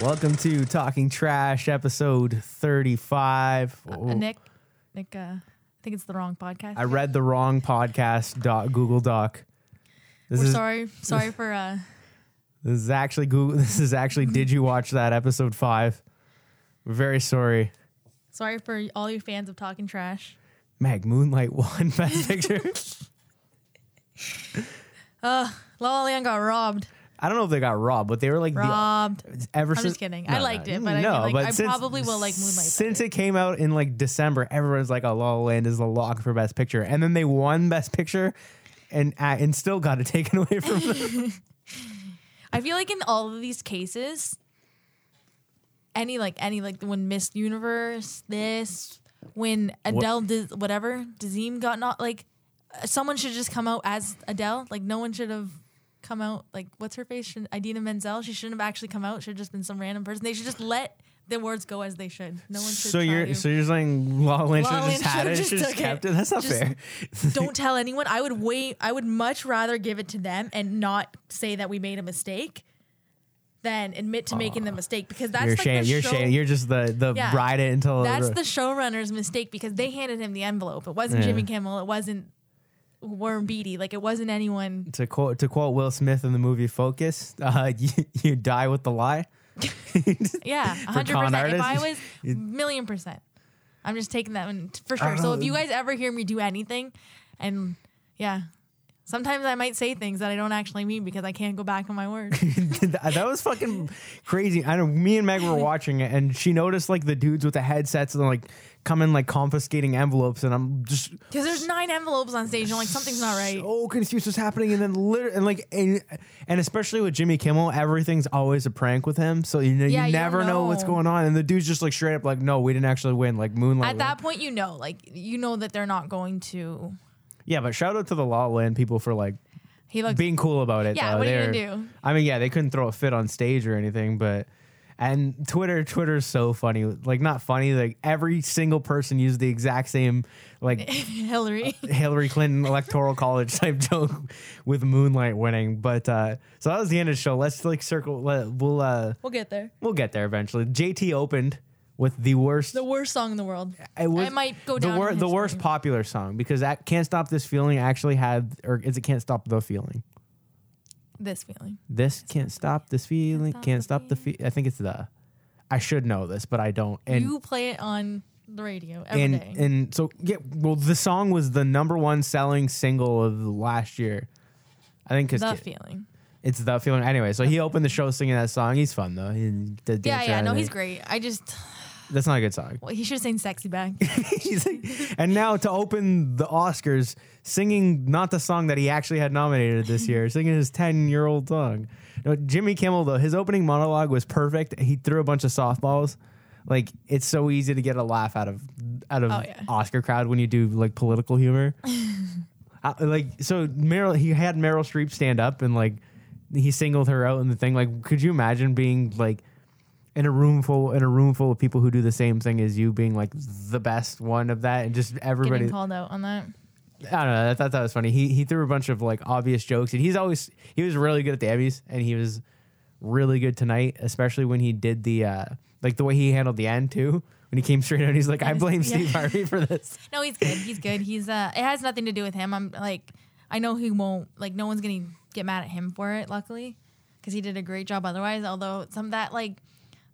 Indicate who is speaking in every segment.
Speaker 1: Welcome to Talking Trash, episode 35.
Speaker 2: Uh,
Speaker 1: Oh,
Speaker 2: Nick, Nick, uh, I think it's the wrong podcast.
Speaker 1: I read the wrong podcast doc, Google Doc. This
Speaker 2: We're
Speaker 1: is
Speaker 2: sorry, sorry for uh,
Speaker 1: this is actually Google. This is actually Did you watch that episode five? We're very sorry.
Speaker 2: sorry for all you fans of talking trash.
Speaker 1: Meg Moonlight won Best Picture.
Speaker 2: Lolland got robbed.
Speaker 1: I don't know if they got robbed, but they were like the
Speaker 2: Robbed.
Speaker 1: ever
Speaker 2: I'm
Speaker 1: since.
Speaker 2: just kidding. I liked it, but I mean, like, I probably will like Moonlight
Speaker 1: Since it came out in like December, everyone's like, "Oh, La La Land is the lock for Best Picture," and then they won Best Picture, and uh, and still got it taken away from them.
Speaker 2: I feel like in all of these cases, any like any like when Miss Universe, this when Adele did whatever Dazim got not like uh, someone should just come out as Adele. Like no one should have come out like what's her face? Should, Idina Menzel. She shouldn't have actually come out. Should have just been some random person. They should just let the words go as they should. No one should.
Speaker 1: so
Speaker 2: try
Speaker 1: you're
Speaker 2: to.
Speaker 1: so you're saying La La Land
Speaker 2: La
Speaker 1: should
Speaker 2: La
Speaker 1: have just
Speaker 2: Land
Speaker 1: had
Speaker 2: should've
Speaker 1: it,
Speaker 2: just
Speaker 1: should have just
Speaker 2: took it.
Speaker 1: kept it. That's not
Speaker 2: Just-
Speaker 1: fair.
Speaker 2: don't tell anyone. I would wait. I would much rather give it to them and not say that we made a mistake than admit to making the mistake because that's
Speaker 1: You're
Speaker 2: like
Speaker 1: shame.
Speaker 2: the
Speaker 1: You're
Speaker 2: show,
Speaker 1: shame. You're just the the
Speaker 2: Yeah.
Speaker 1: ride it until
Speaker 2: That's the showrunner's mistake because they handed him the envelope. It wasn't
Speaker 1: Yeah.
Speaker 2: Jimmy Kimmel. It wasn't Worm Beatty. Like it wasn't anyone.
Speaker 1: to quote to quote Will Smith in the movie Focus. Uh, you, you die with the lie.
Speaker 2: Yeah, hundred
Speaker 1: con
Speaker 2: percent. If I was
Speaker 1: artists,
Speaker 2: million percent, I'm just taking that one t- for sure. So if you
Speaker 1: Uh-huh.
Speaker 2: guys ever hear me do anything, and yeah. Sometimes I might say things that I don't actually mean because I can't go back on my word.
Speaker 1: that that was fucking crazy. I know me and Meg were watching it and she noticed like the dudes with the headsets and like coming like confiscating envelopes and I'm just
Speaker 2: Because there's nine envelopes on stage, and like something's not right.
Speaker 1: so confused what's happening and then literally and like and, and especially with Jimmy Kimmel everything's always a prank with him so you know you
Speaker 2: Yeah, you don't
Speaker 1: never know. what's
Speaker 2: know.
Speaker 1: going on and the dude's just like straight up like no we didn't actually win like Moonlight
Speaker 2: At
Speaker 1: won.
Speaker 2: that point, you know, like you know that they're not going to.
Speaker 1: yeah but shout out to the La La Land people for like
Speaker 2: He looks.
Speaker 1: being cool about it.
Speaker 2: Yeah,
Speaker 1: though.
Speaker 2: what are you gonna
Speaker 1: They're-
Speaker 2: do?
Speaker 1: I mean, yeah, they couldn't throw a fit on stage or anything, but and Twitter, Twitter's so funny. Like not funny. Like every single person used the exact same like
Speaker 2: Hillary.
Speaker 1: Hillary Clinton electoral college type joke with Moonlight winning. But uh so that was the end of the show. Let's like circle. Let, we'll uh
Speaker 2: we'll get there.
Speaker 1: we'll get there eventually. JT opened with the worst.
Speaker 2: The worst song in the world.
Speaker 1: it was
Speaker 2: I might go
Speaker 1: the,
Speaker 2: down.
Speaker 1: wor-
Speaker 2: in
Speaker 1: the
Speaker 2: history.
Speaker 1: worst popular song because that can't stop this feeling actually had or is it can't stop the feeling.
Speaker 2: This feeling.
Speaker 1: This can't stop this feeling.
Speaker 2: stop
Speaker 1: Can't
Speaker 2: the
Speaker 1: stop the feel. I think it's the. I should know this, but I don't. And
Speaker 2: you play it on the radio every
Speaker 1: and
Speaker 2: day.
Speaker 1: and so yeah. Well, the song was the number one selling single of last year. I think
Speaker 2: the
Speaker 1: because
Speaker 2: feeling.
Speaker 1: it's the feeling. Anyway, so he opened the show singing that song. He's fun though. He did
Speaker 2: Yeah,
Speaker 1: dance
Speaker 2: yeah.
Speaker 1: around
Speaker 2: No,
Speaker 1: and-
Speaker 2: he's great. I just.
Speaker 1: That's not a good song.
Speaker 2: Well, he should have sang "Sexy Back."
Speaker 1: He's like- and now to open the Oscars, singing not the song that he actually had nominated this year, singing his 10 year old song. No, Jimmy Kimmel, though, his opening monologue was perfect. He threw a bunch of softballs. Like it's so easy to get a laugh out of out of
Speaker 2: Oh, yeah.
Speaker 1: Oscar crowd when you do like political humor. I- like so, Meryl he had Meryl Streep stand up and like he singled her out in the thing. Like, could you imagine being like in a room full in a room full of people who do the same thing as you being like the best one of that and just everybody
Speaker 2: Getting called out on that.
Speaker 1: I don't know I thought that was funny he he threw a bunch of like obvious jokes and he's always he was really good at the Emmys and he was really good tonight especially when he did the uh like the way he handled the end too when he came straight out he's like I blame
Speaker 2: Yeah.
Speaker 1: Steve Harvey for this
Speaker 2: No, he's good. He's good. He's uh it has nothing to do with him. I'm like I know he won't like no one's gonna get mad at him for it, luckily. Because he did a great job otherwise. Although some of that like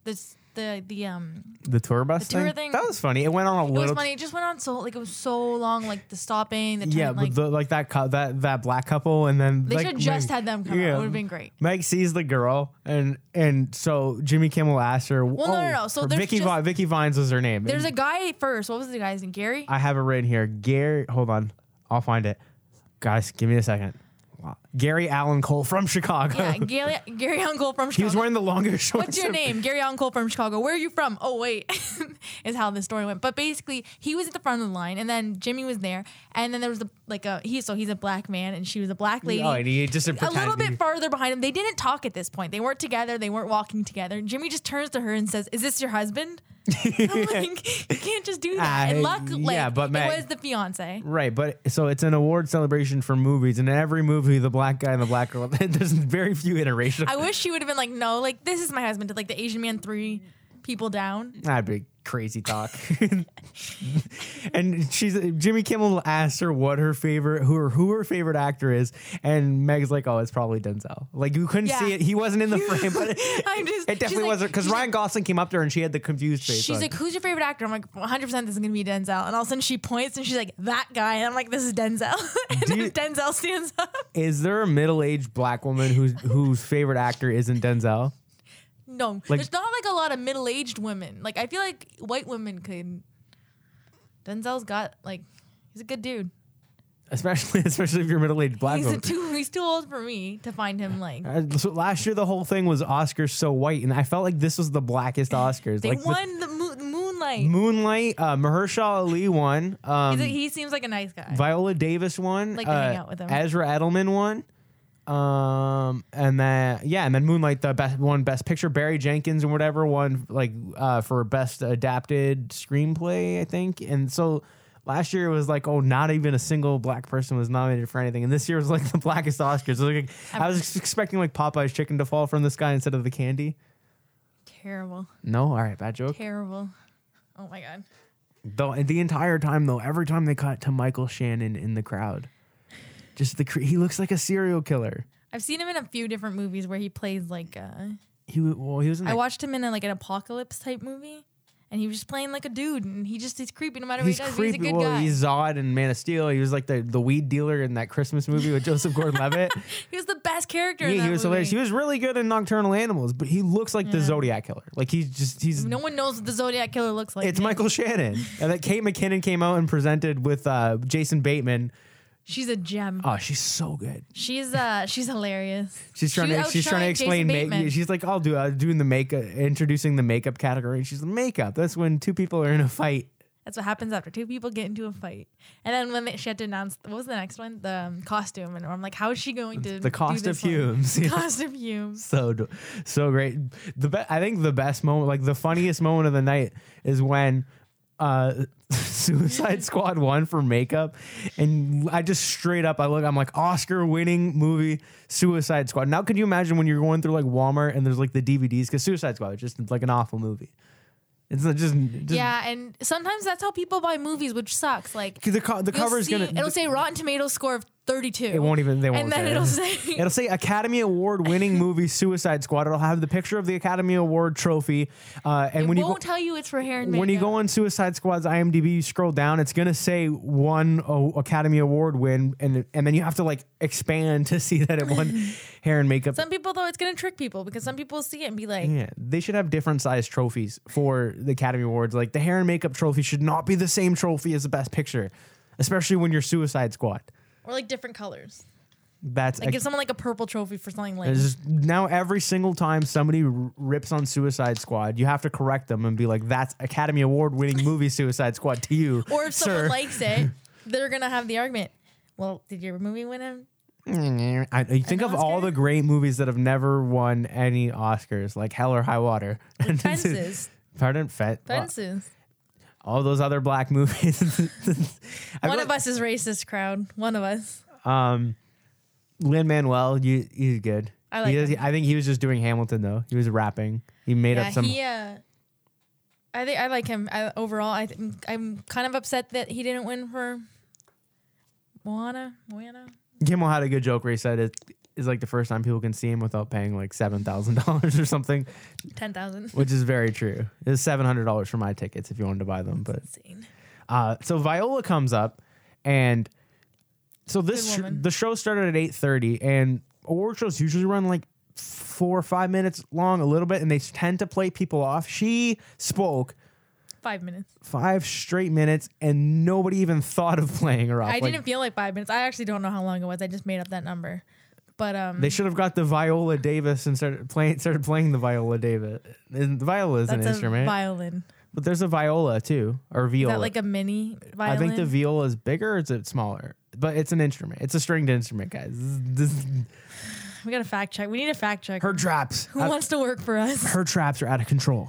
Speaker 2: this the the um
Speaker 1: the tour bus
Speaker 2: The tour
Speaker 1: thing?
Speaker 2: thing-
Speaker 1: that was funny it went on a
Speaker 2: it was
Speaker 1: little
Speaker 2: funny, it just went on so like it was so long, like the stopping, the
Speaker 1: yeah
Speaker 2: yeah, like
Speaker 1: but the, like that cou- that that black couple and then
Speaker 2: they
Speaker 1: like,
Speaker 2: should have just
Speaker 1: Meg-
Speaker 2: had them come
Speaker 1: yeah.
Speaker 2: out. It would have been great.
Speaker 1: Meg sees the girl, and and so Jimmy Kimmel asks her. Well,
Speaker 2: no, no, no. So there's
Speaker 1: Vicky
Speaker 2: just-
Speaker 1: Vi- Vicky Vines was her name.
Speaker 2: There's a
Speaker 1: And
Speaker 2: guy first. What was the guy's name? Gary?
Speaker 1: I have it written here. Gary, hold on, I'll find it. Guys, give me a second. Wow. Gary Allen Cole from Chicago.
Speaker 2: yeah, Gary Gary Uncle from
Speaker 1: he was
Speaker 2: Chicago.
Speaker 1: wearing the longer shorts.
Speaker 2: What's your
Speaker 1: of-
Speaker 2: name? Gary Uncle from Chicago. Where are you from? Oh, wait, is how the story went. But basically, he was at the front of the line, and then Jimmy was there, and then there was a like a he. So he's a black man, and she was a black lady.
Speaker 1: Oh, and he just
Speaker 2: a little bit
Speaker 1: pretended-
Speaker 2: farther behind him. They didn't talk at this point. They weren't together. They weren't walking together. Jimmy just turns to her and says, "Is this your husband?" I'm like, you can't just do that.
Speaker 1: Ah,
Speaker 2: and luckily,
Speaker 1: yeah, but
Speaker 2: it
Speaker 1: Meg-
Speaker 2: was the fiance.
Speaker 1: Right, but so it's an award celebration for movies, and in every movie, the black guy and the black girl. There's very few interracial.
Speaker 2: I wish she would have been like, no, like this is my husband. Did like the Asian man three people down?
Speaker 1: That'd be crazy talk. and she's Jimmy Kimmel asked her what her favorite who her, who her favorite actor is, and Meg's like, "Oh, it's probably Denzel." Like you couldn't
Speaker 2: Yeah.
Speaker 1: see it; he wasn't in the frame, but it,
Speaker 2: I'm just.
Speaker 1: it
Speaker 2: she's
Speaker 1: definitely
Speaker 2: like-
Speaker 1: wasn't because
Speaker 2: she's
Speaker 1: Ryan Gosling came up to her and she had the confused
Speaker 2: like-
Speaker 1: face.
Speaker 2: She's
Speaker 1: on.
Speaker 2: like, who's your favorite actor? I'm like, 100% this is going to be Denzel. And all of a sudden she points and she's like, that guy. And I'm like, this is Denzel. and
Speaker 1: Do
Speaker 2: then
Speaker 1: you-
Speaker 2: Denzel stands up.
Speaker 1: "Is there a middle aged black woman whose whose favorite actor isn't Denzel?"
Speaker 2: No, there's not like a lot of middle aged women. Like, I feel like white women could. Denzel's got, like, he's a good dude.
Speaker 1: Especially, especially if you're a middle aged black
Speaker 2: He's a
Speaker 1: woman.
Speaker 2: too he's too old for me to find him like
Speaker 1: Uh, so last year the whole thing was Oscars so white, and I felt like this was the blackest Oscars.
Speaker 2: they
Speaker 1: like the
Speaker 2: won the, mo- moonlight.
Speaker 1: Moonlight, uh, Mahershala Ali won. Um,
Speaker 2: He's a- he seems like a nice guy.
Speaker 1: Viola Davis won. uh,
Speaker 2: Like to hang out with him.
Speaker 1: Ezra Edelman won. Um, and then yeah, and then Moonlight the best won best picture. Barry Jenkins and whatever won like uh, for best adapted screenplay, I think. And so last year it was like oh, not even a single black person was nominated for anything, and this year was like the blackest Oscars. It was like, I was expecting like Popeye's chicken to fall from the sky instead of the candy.
Speaker 2: terrible,
Speaker 1: No, all right, bad joke.
Speaker 2: terrible. Oh my god.
Speaker 1: Though and the entire time though, every time they cut to Michael Shannon in the crowd, just the cre- he looks like a serial killer.
Speaker 2: I've seen him in a few different movies where he plays like uh
Speaker 1: He wa- well, he was in
Speaker 2: I
Speaker 1: that-
Speaker 2: watched him in a, like an apocalypse type movie and he was just playing like a dude and he just he's creepy no matter what
Speaker 1: he's
Speaker 2: he does.
Speaker 1: creepy.
Speaker 2: He's a good
Speaker 1: well,
Speaker 2: guy.
Speaker 1: he's Zod in Man of Steel. He was like the, the weed dealer in that Christmas movie with Joseph Gordon-Levitt.
Speaker 2: he was the best character in
Speaker 1: yeah,
Speaker 2: that
Speaker 1: he was
Speaker 2: movie.
Speaker 1: hilarious. He was really good in Nocturnal Animals, but he looks like the Zodiac killer. Like he's just he's
Speaker 2: no one knows what the Zodiac killer looks like.
Speaker 1: it's Michael Shannon. and that Kate McKinnon came out and presented with uh, Jason Bateman.
Speaker 2: She's a gem.
Speaker 1: Oh, she's so good.
Speaker 2: she's uh she's hilarious.
Speaker 1: She's trying
Speaker 2: She
Speaker 1: to she's trying to
Speaker 2: outshined
Speaker 1: explain
Speaker 2: Jason
Speaker 1: make,
Speaker 2: Bateman.
Speaker 1: she's like I'll do uh, doing the makeup introducing the makeup category. And She's like, makeup. That's when two people are in a fight.
Speaker 2: That's what happens after two people get into a fight. And then when they, she had to announce, what was the next one? The um, costume. And I'm like, how is she going to
Speaker 1: The cost
Speaker 2: do
Speaker 1: of
Speaker 2: this one?
Speaker 1: fumes. Yeah.
Speaker 2: Cost of fumes.
Speaker 1: so do- so great. The be- I think the best moment, like the funniest moment of the night, is when uh, Suicide Squad won for makeup, and I just straight up I look, I'm like Oscar winning movie Suicide Squad. Now, could you imagine when you're going through like Walmart and there's like the DVDs because Suicide Squad is just like an awful movie. It's not just, just
Speaker 2: Yeah, and sometimes that's how people buy movies, which sucks. Like
Speaker 1: 'cause the co- the
Speaker 2: you'll
Speaker 1: cover's
Speaker 2: see-
Speaker 1: gonna
Speaker 2: it'll say Rotten Tomatoes score of 32.
Speaker 1: It won't even. They won't.
Speaker 2: And then
Speaker 1: say
Speaker 2: it'll
Speaker 1: it.
Speaker 2: say-
Speaker 1: It'll say Academy Award winning movie Suicide Squad. It'll have the picture of the Academy Award trophy. Uh, and when you go,
Speaker 2: won't tell you it's for hair and makeup.
Speaker 1: when you go on Suicide Squad's IMDb, you scroll down. It's gonna say one oh, Academy Award win, and and then you have to like expand to see that it won hair and makeup.
Speaker 2: some people though, it's gonna trick people because some people see it and be like,
Speaker 1: yeah, they should have different sized trophies for the Academy Awards. Like the hair and makeup trophy should not be the same trophy as the best picture, especially when you're Suicide Squad.
Speaker 2: or like different colors.
Speaker 1: That's
Speaker 2: Like give someone like a purple trophy for something like.
Speaker 1: It's just now every single time somebody r- rips on Suicide Squad, you have to correct them and be like, "That's Academy Award winning movie Suicide Squad to you."
Speaker 2: Or if someone
Speaker 1: sir."
Speaker 2: likes it, they're gonna have the argument. Well, did your movie win a
Speaker 1: I, I think of
Speaker 2: An
Speaker 1: all
Speaker 2: Oscar?
Speaker 1: the great movies that have never won any Oscars, like Hell or High Water, And this is-
Speaker 2: fences?
Speaker 1: Pardon, fe-
Speaker 2: Fences.
Speaker 1: all those other black movies. I
Speaker 2: One
Speaker 1: feel
Speaker 2: of us is racist, crowd. One of us.
Speaker 1: Um, Lin Manuel, you, he's good.
Speaker 2: I like
Speaker 1: He is-
Speaker 2: him.
Speaker 1: I think he was just doing Hamilton though. He was rapping. He made
Speaker 2: Yeah,
Speaker 1: up some.
Speaker 2: he. Uh, I think I like him I, overall. I th- I'm kind of upset that he didn't win for Moana. Moana.
Speaker 1: Kimmel had a good joke where he said it is like the first time people can see him without paying like seven thousand dollars or something,
Speaker 2: Ten thousand.
Speaker 1: which is very true. It's seven hundred dollars for my tickets if you wanted to buy them. But
Speaker 2: Insane.
Speaker 1: uh, so Viola comes up, and so this
Speaker 2: Good
Speaker 1: sh-
Speaker 2: woman.
Speaker 1: the show started at eight thirty, and award shows usually run like four or five minutes long, a little bit, and they tend to play people off. She spoke
Speaker 2: Five minutes.
Speaker 1: five straight minutes, and nobody even thought of playing her off.
Speaker 2: I
Speaker 1: Like,
Speaker 2: didn't feel like five minutes. I actually don't know how long it was. I just made up that number. But um,
Speaker 1: They should have got the viola Davis and started playing started playing the viola Davis. And the viola is
Speaker 2: that's
Speaker 1: an
Speaker 2: a
Speaker 1: instrument,
Speaker 2: violin.
Speaker 1: but there's a viola too, or
Speaker 2: Is
Speaker 1: viola.
Speaker 2: that like a mini
Speaker 1: I
Speaker 2: violin?
Speaker 1: think the viola is bigger. or Is it smaller? But it's an instrument. It's a stringed instrument, guys. This, this,
Speaker 2: we gotta fact check. We need a fact check.
Speaker 1: her traps,
Speaker 2: Who wants to work for us?
Speaker 1: her traps are out of control.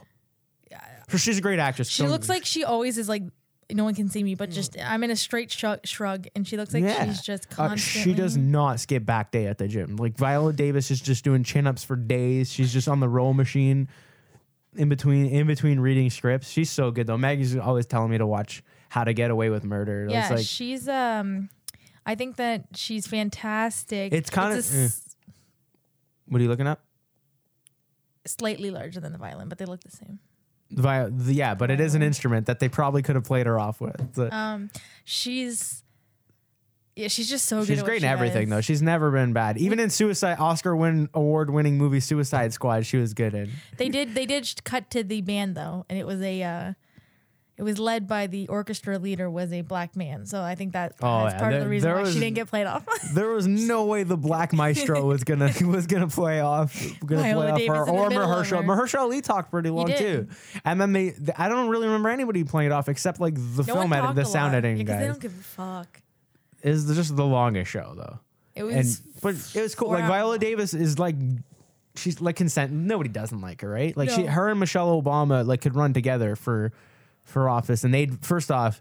Speaker 1: Her- She's a great actress.
Speaker 2: She
Speaker 1: Don't-
Speaker 2: looks like she always is like no one can see me, but just I'm in a straight shrug, shrug and she looks like
Speaker 1: Mm. Yeah.
Speaker 2: she's just
Speaker 1: Uh,
Speaker 2: constantly.
Speaker 1: she does not skip back day at the gym. Like Viola Davis is just doing chin ups for days. She's just on the roll machine in between in between reading scripts. She's so good though. Maggie's always telling me to watch How to Get Away with Murder.
Speaker 2: Yeah,
Speaker 1: It's like
Speaker 2: she's um, I think that she's fantastic.
Speaker 1: It's kinda- eh.
Speaker 2: a s-
Speaker 1: what are you looking up?
Speaker 2: slightly larger than the violin, but they look the same.
Speaker 1: Vi- the- yeah, but it is an instrument that they probably could have played her off with. So-
Speaker 2: Um, she's yeah, she's just so good.
Speaker 1: She's
Speaker 2: at what
Speaker 1: great
Speaker 2: she
Speaker 1: in everything
Speaker 2: does.
Speaker 1: though. She's never been bad. Even in Suicide Oscar win award winning movie Suicide Squad, she was good in.
Speaker 2: They did they did sh- cut to the band though, and it was a uh, it was led by the orchestra leader was a black man. So I think that
Speaker 1: Oh,
Speaker 2: that's
Speaker 1: yeah,
Speaker 2: part of
Speaker 1: there-
Speaker 2: the reason
Speaker 1: there
Speaker 2: why
Speaker 1: was-
Speaker 2: she didn't get played off.
Speaker 1: There was no way the black maestro was gonna was gonna play off gonna
Speaker 2: Viola
Speaker 1: play
Speaker 2: Davis
Speaker 1: off her
Speaker 2: in the
Speaker 1: or
Speaker 2: middle of
Speaker 1: Mahershala.
Speaker 2: her.
Speaker 1: Mahershala Ali talked pretty long
Speaker 2: did.
Speaker 1: too. And then they th- I don't really remember anybody playing it off except like the
Speaker 2: no
Speaker 1: film
Speaker 2: one
Speaker 1: edit,
Speaker 2: talked
Speaker 1: the
Speaker 2: a
Speaker 1: sound
Speaker 2: lot,
Speaker 1: editing
Speaker 2: because
Speaker 1: guys.
Speaker 2: they don't give a fuck.
Speaker 1: Is just the longest show though.
Speaker 2: It
Speaker 1: And
Speaker 2: was
Speaker 1: but it was cool.
Speaker 2: four
Speaker 1: Like
Speaker 2: hours
Speaker 1: Viola
Speaker 2: long.
Speaker 1: Davis is like she's like consent. Nobody doesn't like her, right? Like she,
Speaker 2: No.
Speaker 1: her and Michelle Obama like could run together for for office, and they'd first off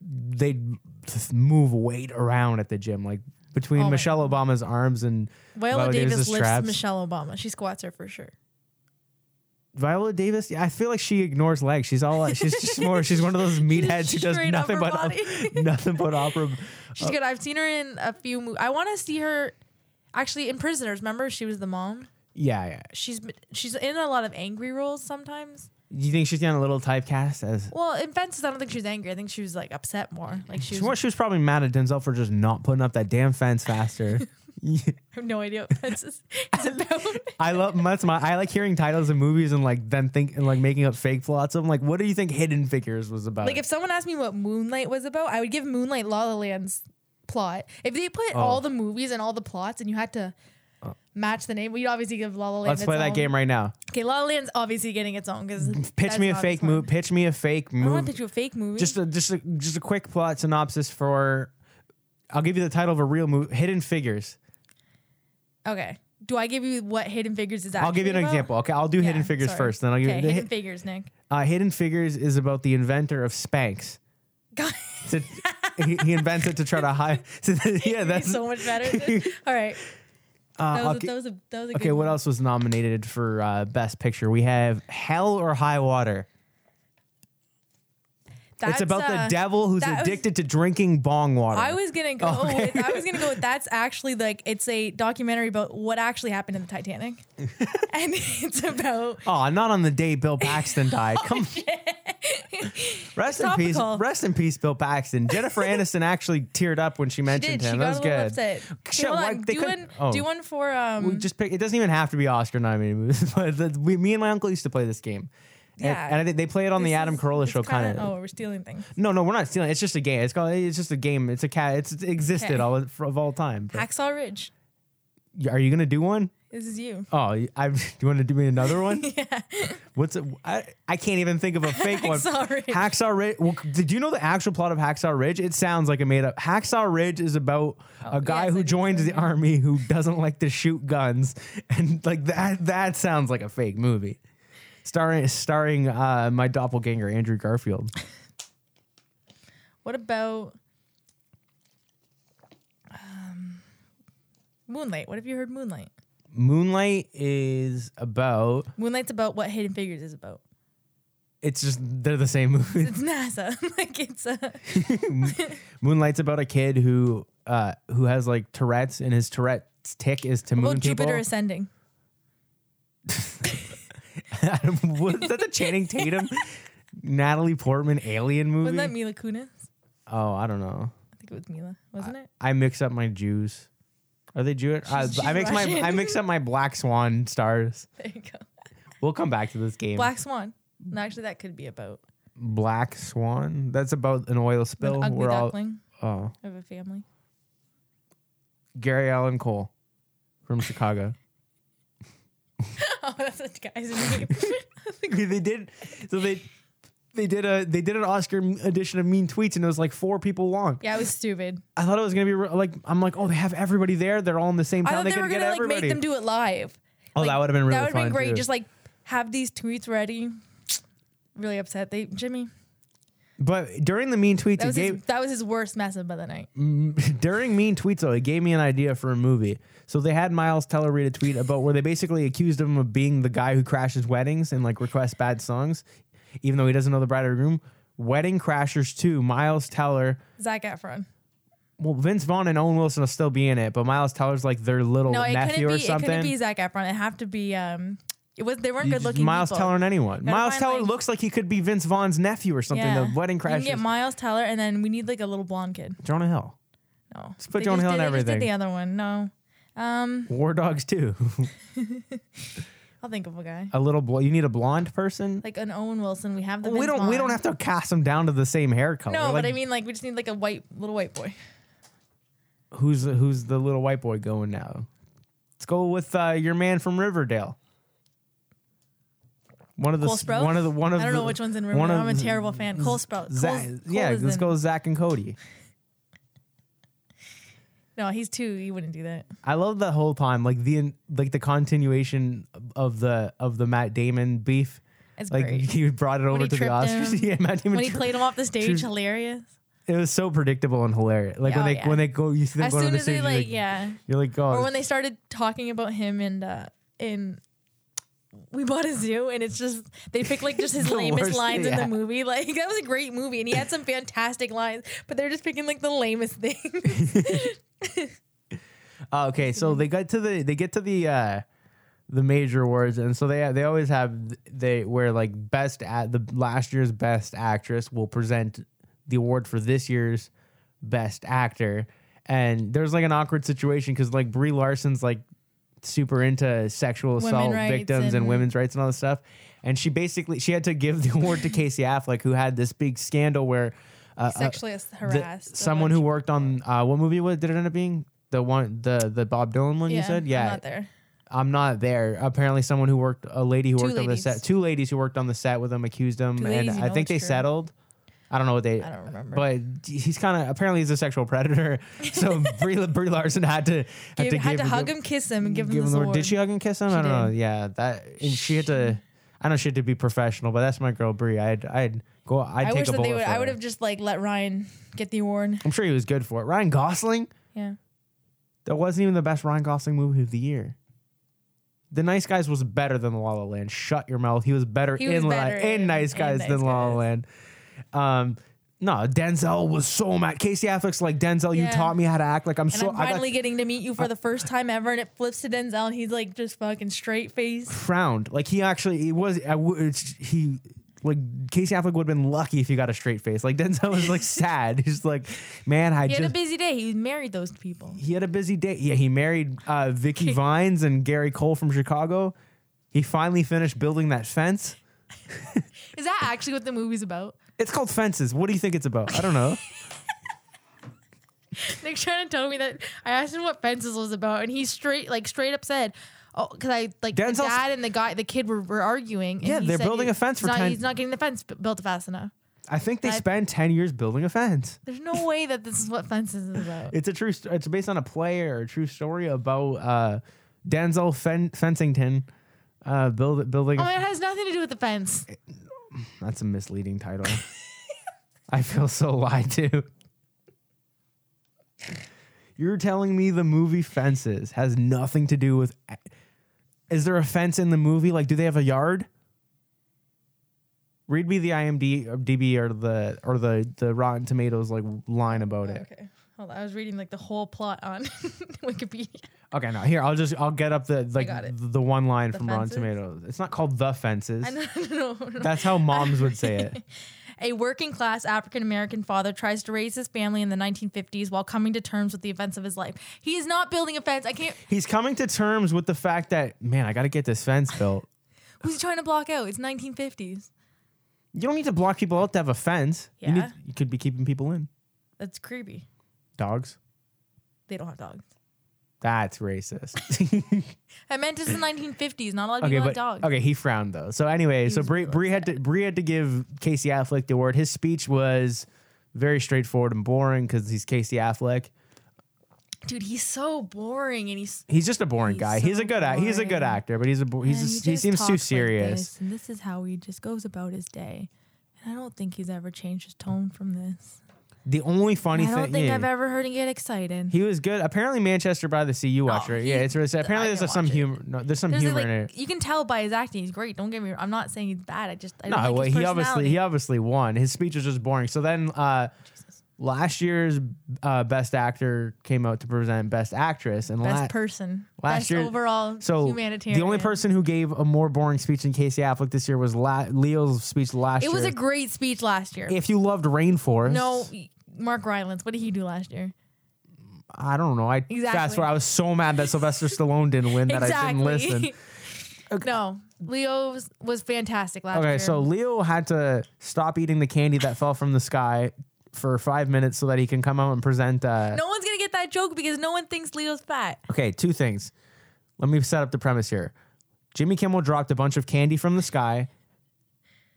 Speaker 1: they'd just move weight around at the gym, like between
Speaker 2: Oh my
Speaker 1: Michelle Obama's arms and
Speaker 2: Viola, Davis, lifts
Speaker 1: traps.
Speaker 2: Michelle Obama. She squats her for sure.
Speaker 1: Viola Davis, yeah, I feel like she ignores legs. She's all she's just more. She's one of those meatheads who does
Speaker 2: straight upper
Speaker 1: nothing but
Speaker 2: body.
Speaker 1: nothing but opera. Uh,
Speaker 2: She's good. I've seen her in a few movies. I want to see her actually in Prisoners. Remember, she was the mom.
Speaker 1: Yeah, yeah.
Speaker 2: She's she's in a lot of angry roles sometimes.
Speaker 1: You think she's getting a little typecast as
Speaker 2: Well, in Fences, I don't think she was angry. I think she was like upset more. Like she
Speaker 1: She
Speaker 2: was.
Speaker 1: was, she was probably mad at Denzel for just not putting up that damn fence faster.
Speaker 2: I have no idea what Fences is about.
Speaker 1: I love that's my I like hearing titles of movies and like then think and like making up fake plots. I'm like, what do you think Hidden Figures was about?
Speaker 2: like if someone asked me what Moonlight was about, I would give Moonlight La La Land's plot. If they put
Speaker 1: Oh.
Speaker 2: all the movies and all the plots, and you had to. Match the name. We'd obviously give La La Land.
Speaker 1: Let's
Speaker 2: its
Speaker 1: play that
Speaker 2: own.
Speaker 1: game right now.
Speaker 2: Okay, La La Land's obviously getting its own because
Speaker 1: Pitch me a fake move. Pitch me a fake
Speaker 2: I don't want to
Speaker 1: movie.
Speaker 2: pitch you a fake movie.
Speaker 1: Just a just a just a quick plot synopsis for. I'll give you the title of a real movie, Hidden Figures.
Speaker 2: Okay. Do I give you what Hidden Figures is actually?
Speaker 1: I'll give you an
Speaker 2: about?
Speaker 1: example. Okay, I'll do Hidden
Speaker 2: Yeah,
Speaker 1: Figures
Speaker 2: sorry.
Speaker 1: first, then I'll give
Speaker 2: Okay,
Speaker 1: you the,
Speaker 2: Hidden Figures, Nick.
Speaker 1: uh, Hidden Figures is about the inventor of Spanx. To, he, he invents it to try to hide. so that- yeah, that's
Speaker 2: That's so much better. All right. That
Speaker 1: Uh,
Speaker 2: was, a,
Speaker 1: okay,
Speaker 2: that was a that was a
Speaker 1: okay,
Speaker 2: good
Speaker 1: what
Speaker 2: one.
Speaker 1: else was nominated for uh, Best Picture? We have Hell or High Water.
Speaker 2: That's,
Speaker 1: it's about
Speaker 2: uh,
Speaker 1: the devil who's
Speaker 2: that was-
Speaker 1: addicted to drinking bong water.
Speaker 2: I was gonna go
Speaker 1: Oh. Okay.
Speaker 2: with I was gonna go with that's actually like it's a documentary about what actually happened in the Titanic. and it's about
Speaker 1: oh, not on the day Bill Paxton died.
Speaker 2: Oh,
Speaker 1: Come Rest in peace.
Speaker 2: Topical.
Speaker 1: Rest in peace, Bill Paxton. Jennifer Aniston actually teared up when she mentioned
Speaker 2: did she
Speaker 1: him. that
Speaker 2: got a
Speaker 1: was
Speaker 2: little
Speaker 1: good.
Speaker 2: upset. Okay,
Speaker 1: Shit,
Speaker 2: Hold
Speaker 1: why-
Speaker 2: on.
Speaker 1: they
Speaker 2: Do
Speaker 1: couldn't-
Speaker 2: one
Speaker 1: oh.
Speaker 2: do one for um
Speaker 1: We just pick. It doesn't even have to be Oscar nominated movies, but the, we, me and my uncle used to play this game. And-
Speaker 2: Yeah.
Speaker 1: and, I think they play it on the
Speaker 2: this
Speaker 1: Adam
Speaker 2: is-
Speaker 1: Carolla
Speaker 2: it's
Speaker 1: show, kind
Speaker 2: kinda-
Speaker 1: of.
Speaker 2: Oh, we're stealing things.
Speaker 1: No, no, we're not stealing. It's just a game. It's called. It's just a game. It's a cat. It's, it's existed
Speaker 2: Okay.
Speaker 1: all of, of all time. But-
Speaker 2: Hacksaw Ridge.
Speaker 1: are you gonna do one?
Speaker 2: This is you.
Speaker 1: Oh, you- I. Do you want to do me another one? yeah. What's it? I, I can't even think of a fake one.
Speaker 2: Hacksaw Ridge.
Speaker 1: Hacksaw Ridge. Well, did you know the actual plot of Hacksaw Ridge? It sounds like a made up. Hacksaw Ridge is about a guy
Speaker 2: Oh. yes, I
Speaker 1: who
Speaker 2: do
Speaker 1: joins the army who doesn't like to shoot guns, and like that. That sounds like a fake movie, starring starring uh, my doppelganger Andrew Garfield.
Speaker 2: What about um, Moonlight? What have you heard Moonlight?
Speaker 1: Moonlight is about.
Speaker 2: Moonlight's about what Hidden Figures is about.
Speaker 1: It's just they're the same movie.
Speaker 2: It's NASA. like it's a
Speaker 1: Moonlight's about a kid who uh who has like Tourette's and his Tourette's tick is to
Speaker 2: about
Speaker 1: moon people.
Speaker 2: Jupiter ascending.
Speaker 1: Was that the Channing Tatum, Natalie Portman alien movie?
Speaker 2: Wasn't that Mila Kunis?
Speaker 1: oh, I don't know.
Speaker 2: I think it was Mila, wasn't it?
Speaker 1: I mix up my Jews. Are they Jewish? I,
Speaker 2: She's-
Speaker 1: I mix
Speaker 2: she's
Speaker 1: my
Speaker 2: Russian.
Speaker 1: I mix up my Black Swan stars.
Speaker 2: There you go.
Speaker 1: We'll come back to this game. Black,
Speaker 2: Black Swan. No, actually, that could be about
Speaker 1: Swan. That's about an oil
Speaker 2: an
Speaker 1: spill.
Speaker 2: ugly
Speaker 1: We're all
Speaker 2: duckling
Speaker 1: oh
Speaker 2: of a family.
Speaker 1: Gary Allen Cole from Chicago.
Speaker 2: oh, that's a guy's name.
Speaker 1: they did so they they did a they did an Oscar edition of Mean Tweets and it was like four people long.
Speaker 2: yeah, it was stupid.
Speaker 1: I thought it was gonna be re- like I'm like oh they have everybody there they're all in the same
Speaker 2: I
Speaker 1: town
Speaker 2: thought
Speaker 1: they,
Speaker 2: they,
Speaker 1: could
Speaker 2: were
Speaker 1: get
Speaker 2: gonna like
Speaker 1: everybody.
Speaker 2: make them do it live.
Speaker 1: oh
Speaker 2: Like,
Speaker 1: that would have been really
Speaker 2: that would have
Speaker 1: fun.
Speaker 2: been great.
Speaker 1: too.
Speaker 2: Just like have these tweets ready. Really upset. They Jimmy.
Speaker 1: But during the mean tweets,
Speaker 2: That
Speaker 1: it
Speaker 2: was,
Speaker 1: gave
Speaker 2: his, that was his worst mess up by the night.
Speaker 1: Mm. during mean tweets though it gave me an idea for a movie so they had miles teller read a tweet about where they basically accused him of being the guy who crashes weddings and like requests bad songs even though he doesn't know the bride or groom wedding crashers 2 miles teller
Speaker 2: Zach Efron.
Speaker 1: well vince vaughn and owen wilson will still be in it but miles teller's like their little
Speaker 2: No, it couldn't
Speaker 1: nephew or
Speaker 2: be. It
Speaker 1: something
Speaker 2: couldn't be Zach Efron. It have to be. Um, it was. They weren't
Speaker 1: You
Speaker 2: good
Speaker 1: just-
Speaker 2: looking.
Speaker 1: miles
Speaker 2: people.
Speaker 1: teller and anyone miles
Speaker 2: find,
Speaker 1: teller
Speaker 2: like-
Speaker 1: looks like he could be vince vaughn's nephew or something the wedding
Speaker 2: You can get
Speaker 1: crashers
Speaker 2: Miles Teller, and then we need like a little blonde kid.
Speaker 1: jonah hill
Speaker 2: No,
Speaker 1: Just put
Speaker 2: They
Speaker 1: Jonah
Speaker 2: just
Speaker 1: Hill
Speaker 2: did-
Speaker 1: in
Speaker 2: they just
Speaker 1: everything.
Speaker 2: did the other one. No, um,
Speaker 1: war dogs 2
Speaker 2: I'll think of a guy
Speaker 1: a little bl- you need a blonde person
Speaker 2: like an Owen Wilson. We have the.
Speaker 1: we
Speaker 2: Vince
Speaker 1: don't we
Speaker 2: Vaughn.
Speaker 1: don't have to cast them down to the same hair color.
Speaker 2: No,
Speaker 1: Like,
Speaker 2: but I mean, like, we just need like a white little white boy.
Speaker 1: who's who's the little white boy going now? Let's go with uh, your man from Riverdale. One of the
Speaker 2: Cole
Speaker 1: s-
Speaker 2: Sprouse?
Speaker 1: one of the one of
Speaker 2: I don't know
Speaker 1: the-
Speaker 2: which one's in
Speaker 1: one
Speaker 2: Riverdale.
Speaker 1: of
Speaker 2: I'm a
Speaker 1: the-
Speaker 2: terrible fan. Cole Sprout.
Speaker 1: Zach, yeah, let's go with Zach and Cody.
Speaker 2: No, he's two. You wouldn't do that.
Speaker 1: I love the whole time, like the like the continuation of the of the Matt Damon beef.
Speaker 2: It's
Speaker 1: Like
Speaker 2: great.
Speaker 1: he brought it over
Speaker 2: he
Speaker 1: to the
Speaker 2: tripped
Speaker 1: Oscars.
Speaker 2: him.
Speaker 1: yeah, Matt Damon.
Speaker 2: When he
Speaker 1: tri-
Speaker 2: played him off the stage,
Speaker 1: Choose-
Speaker 2: hilarious.
Speaker 1: it was so predictable and hilarious. Like
Speaker 2: Yeah,
Speaker 1: when
Speaker 2: oh,
Speaker 1: they
Speaker 2: yeah.
Speaker 1: when they go, you see them
Speaker 2: As
Speaker 1: going
Speaker 2: soon
Speaker 1: to the
Speaker 2: as
Speaker 1: stage.
Speaker 2: they
Speaker 1: you're
Speaker 2: like, yeah,
Speaker 1: you're like, oh,
Speaker 2: or when they started talking about him and uh in we bought a zoo and it's just they pick like just his
Speaker 1: The
Speaker 2: lamest
Speaker 1: worst,
Speaker 2: lines in
Speaker 1: yeah.
Speaker 2: the movie like that was a great movie and he had some fantastic lines but they're just picking like the lamest thing
Speaker 1: Oh, okay, so they got to the they get to the uh the major awards, and so they they always have they where like best at the last year's best actress will present the award for this year's best actor, and there's like an awkward situation because like Brie Larson's like super into sexual
Speaker 2: Women
Speaker 1: assault
Speaker 2: rights
Speaker 1: victims and,
Speaker 2: and-
Speaker 1: women's rights and all this stuff, and she basically she had to give the award to Casey Affleck who had this big scandal where uh, uh,
Speaker 2: sexually
Speaker 1: the-
Speaker 2: harassed
Speaker 1: someone who worked on uh, what movie was did it end up being the one the the Bob Dylan one you said yeah
Speaker 2: I'm not there
Speaker 1: I'm not there apparently someone who worked a lady who
Speaker 2: Two
Speaker 1: worked
Speaker 2: ladies.
Speaker 1: on the set two ladies who worked on the set with him accused him
Speaker 2: Two
Speaker 1: and
Speaker 2: ladies, you
Speaker 1: I
Speaker 2: know
Speaker 1: think
Speaker 2: it's
Speaker 1: they
Speaker 2: true.
Speaker 1: settled I don't know what they
Speaker 2: I don't remember
Speaker 1: but he's kind of apparently he's a sexual predator so Brie, Brie Larson had to had
Speaker 2: Give-
Speaker 1: to,
Speaker 2: had
Speaker 1: give, Mm,
Speaker 2: to hug him kiss him and give,
Speaker 1: give
Speaker 2: him
Speaker 1: him
Speaker 2: this
Speaker 1: the
Speaker 2: award
Speaker 1: did she hug and kiss him I don't know
Speaker 2: did.
Speaker 1: yeah that and she had to I know she had to be professional but that's my girl Brie I'd I'd go I'd
Speaker 2: I
Speaker 1: take
Speaker 2: wish
Speaker 1: a
Speaker 2: that
Speaker 1: bullet
Speaker 2: they would
Speaker 1: for
Speaker 2: I
Speaker 1: her.
Speaker 2: would have just like let Ryan get the award
Speaker 1: I'm sure he was good for it Ryan Gosling
Speaker 2: yeah
Speaker 1: That wasn't even the best Ryan Gosling movie of the year. The Nice Guys was better than La La Land. Shut your mouth. He was better,
Speaker 2: He
Speaker 1: in,
Speaker 2: was
Speaker 1: La-
Speaker 2: better
Speaker 1: in
Speaker 2: in-
Speaker 1: Nice
Speaker 2: in
Speaker 1: Guys
Speaker 2: Nice
Speaker 1: than La La
Speaker 2: Guys.
Speaker 1: Land. Um, no, Denzel was so mad. Casey Affleck's like Denzel, you
Speaker 2: Yeah.
Speaker 1: taught me how to act. Like I'm
Speaker 2: and
Speaker 1: so
Speaker 2: I'm
Speaker 1: I got
Speaker 2: finally getting to meet you for the first time ever and it flips to Denzel and he's like just fucking straight face
Speaker 1: frowned. Like he actually he was. I w- it's, he like Casey Affleck would have been lucky if he got a straight face. Like Denzel was like sad. He's like, man, I
Speaker 2: He
Speaker 1: just
Speaker 2: had a busy day. He married those people.
Speaker 1: he had a busy day. Yeah, he married uh, Vicky Vines and Gary Cole from Chicago. He finally finished building that fence.
Speaker 2: Is that actually what the movie's about?
Speaker 1: It's called Fences. What do you think it's about? I don't know.
Speaker 2: Nick's trying to tell me that I asked him what fences was about, and he straight like straight up said, "Oh, because I like
Speaker 1: Denzel's-
Speaker 2: the dad and the guy, the kid were, were arguing. and
Speaker 1: Yeah,
Speaker 2: he
Speaker 1: they're
Speaker 2: said
Speaker 1: building
Speaker 2: he-
Speaker 1: a fence for
Speaker 2: he's not,
Speaker 1: 10
Speaker 2: He's not getting the fence b- built fast enough.
Speaker 1: I think they
Speaker 2: I-
Speaker 1: spent 10 years building a fence.
Speaker 2: There's no way that this is what fences is about.
Speaker 1: It's a true st- it's based on a play or a true story about uh Denzel Fen- Fencington uh build building
Speaker 2: Oh,
Speaker 1: a
Speaker 2: it has nothing to do with the fence.
Speaker 1: That's a misleading title. I feel so lied to. You're telling me the movie Fences has nothing to do with. Is there a fence in the movie? Like, do they have a yard? Read me the IMDb or the or the the Rotten Tomatoes like line about it.
Speaker 2: Okay, hold on. I was reading like the whole plot on Wikipedia.
Speaker 1: Okay, now here I'll just I'll get up the like
Speaker 2: got it.
Speaker 1: the one line from Rotten
Speaker 2: Fences?
Speaker 1: Tomatoes. It's not called the fences.
Speaker 2: I don't know. I don't know.
Speaker 1: That's how moms would say it.
Speaker 2: A working class African American father tries to raise his family in the 1950s while coming to terms with the events of his life. He is not building a fence. I can't.
Speaker 1: He's coming to terms with the fact that man, I got to get this fence built.
Speaker 2: Who's he trying to block out? It's 1950s.
Speaker 1: You don't need to block people out to have a fence. You, need-
Speaker 2: Yeah.
Speaker 1: you could be keeping people in.
Speaker 2: That's creepy.
Speaker 1: Dogs.
Speaker 2: They don't have dogs.
Speaker 1: That's racist.
Speaker 2: I meant it's the 1950s. Not a lot of
Speaker 1: okay,
Speaker 2: people
Speaker 1: but
Speaker 2: have dogs.
Speaker 1: okay, he frowned though. So anyway, so
Speaker 2: was
Speaker 1: Bree Bree had to Bree had to give Casey Affleck the award. His speech was very straightforward and boring because he's Casey Affleck.
Speaker 2: Dude, he's so boring, and he's
Speaker 1: He's just a boring
Speaker 2: He's
Speaker 1: guy. he's a
Speaker 2: so
Speaker 1: good act. he's a good
Speaker 2: boring.
Speaker 1: actor, but he's a bo- he's
Speaker 2: and
Speaker 1: a,
Speaker 2: he
Speaker 1: he
Speaker 2: just
Speaker 1: seems
Speaker 2: talks
Speaker 1: too
Speaker 2: like
Speaker 1: serious.
Speaker 2: this, and this is how he just goes about his day. And I don't don't think he's ever changed his tone from this.
Speaker 1: The only funny
Speaker 2: I
Speaker 1: thing,
Speaker 2: don't think
Speaker 1: yeah.
Speaker 2: I've ever heard him get excited.
Speaker 1: he was good. Apparently, Manchester by the Sea. You watched
Speaker 2: No,
Speaker 1: it,
Speaker 2: he-
Speaker 1: yeah. It's really sad. apparently
Speaker 2: I
Speaker 1: there's
Speaker 2: didn't
Speaker 1: some
Speaker 2: watch it.
Speaker 1: humor. No, there's some
Speaker 2: There's
Speaker 1: humor
Speaker 2: like,
Speaker 1: in it.
Speaker 2: you can tell by his acting, he's great. Don't get me. wrong. I'm not saying he's bad. I just I
Speaker 1: No,
Speaker 2: don't
Speaker 1: well,
Speaker 2: like his
Speaker 1: he obviously
Speaker 2: personality.
Speaker 1: he obviously won. His speech was just boring. So then uh, last year's uh, best actor came out to present best actress, and
Speaker 2: best
Speaker 1: la-
Speaker 2: person,
Speaker 1: last
Speaker 2: best
Speaker 1: year-
Speaker 2: overall
Speaker 1: so
Speaker 2: humanitarian.
Speaker 1: the only person who gave a more boring speech than Casey Affleck this year was la- Leo's speech last
Speaker 2: It
Speaker 1: year.
Speaker 2: was a great speech last year.
Speaker 1: if you loved Rainforest,
Speaker 2: no, Mark Rylance. What did he do last year?
Speaker 1: I don't know. I that's
Speaker 2: Exactly.
Speaker 1: where I was so mad that Sylvester Stallone didn't win that I didn't listen.
Speaker 2: no, Leo was, was fantastic last year.
Speaker 1: Okay, so Leo had to stop eating the candy that fell from the sky for five minutes so that he can come out and present. Uh,
Speaker 2: no one's gonna get that joke because no one thinks Leo's fat.
Speaker 1: Okay, two things. Let me set up the premise here. Jimmy Kimmel dropped a bunch of candy from the sky.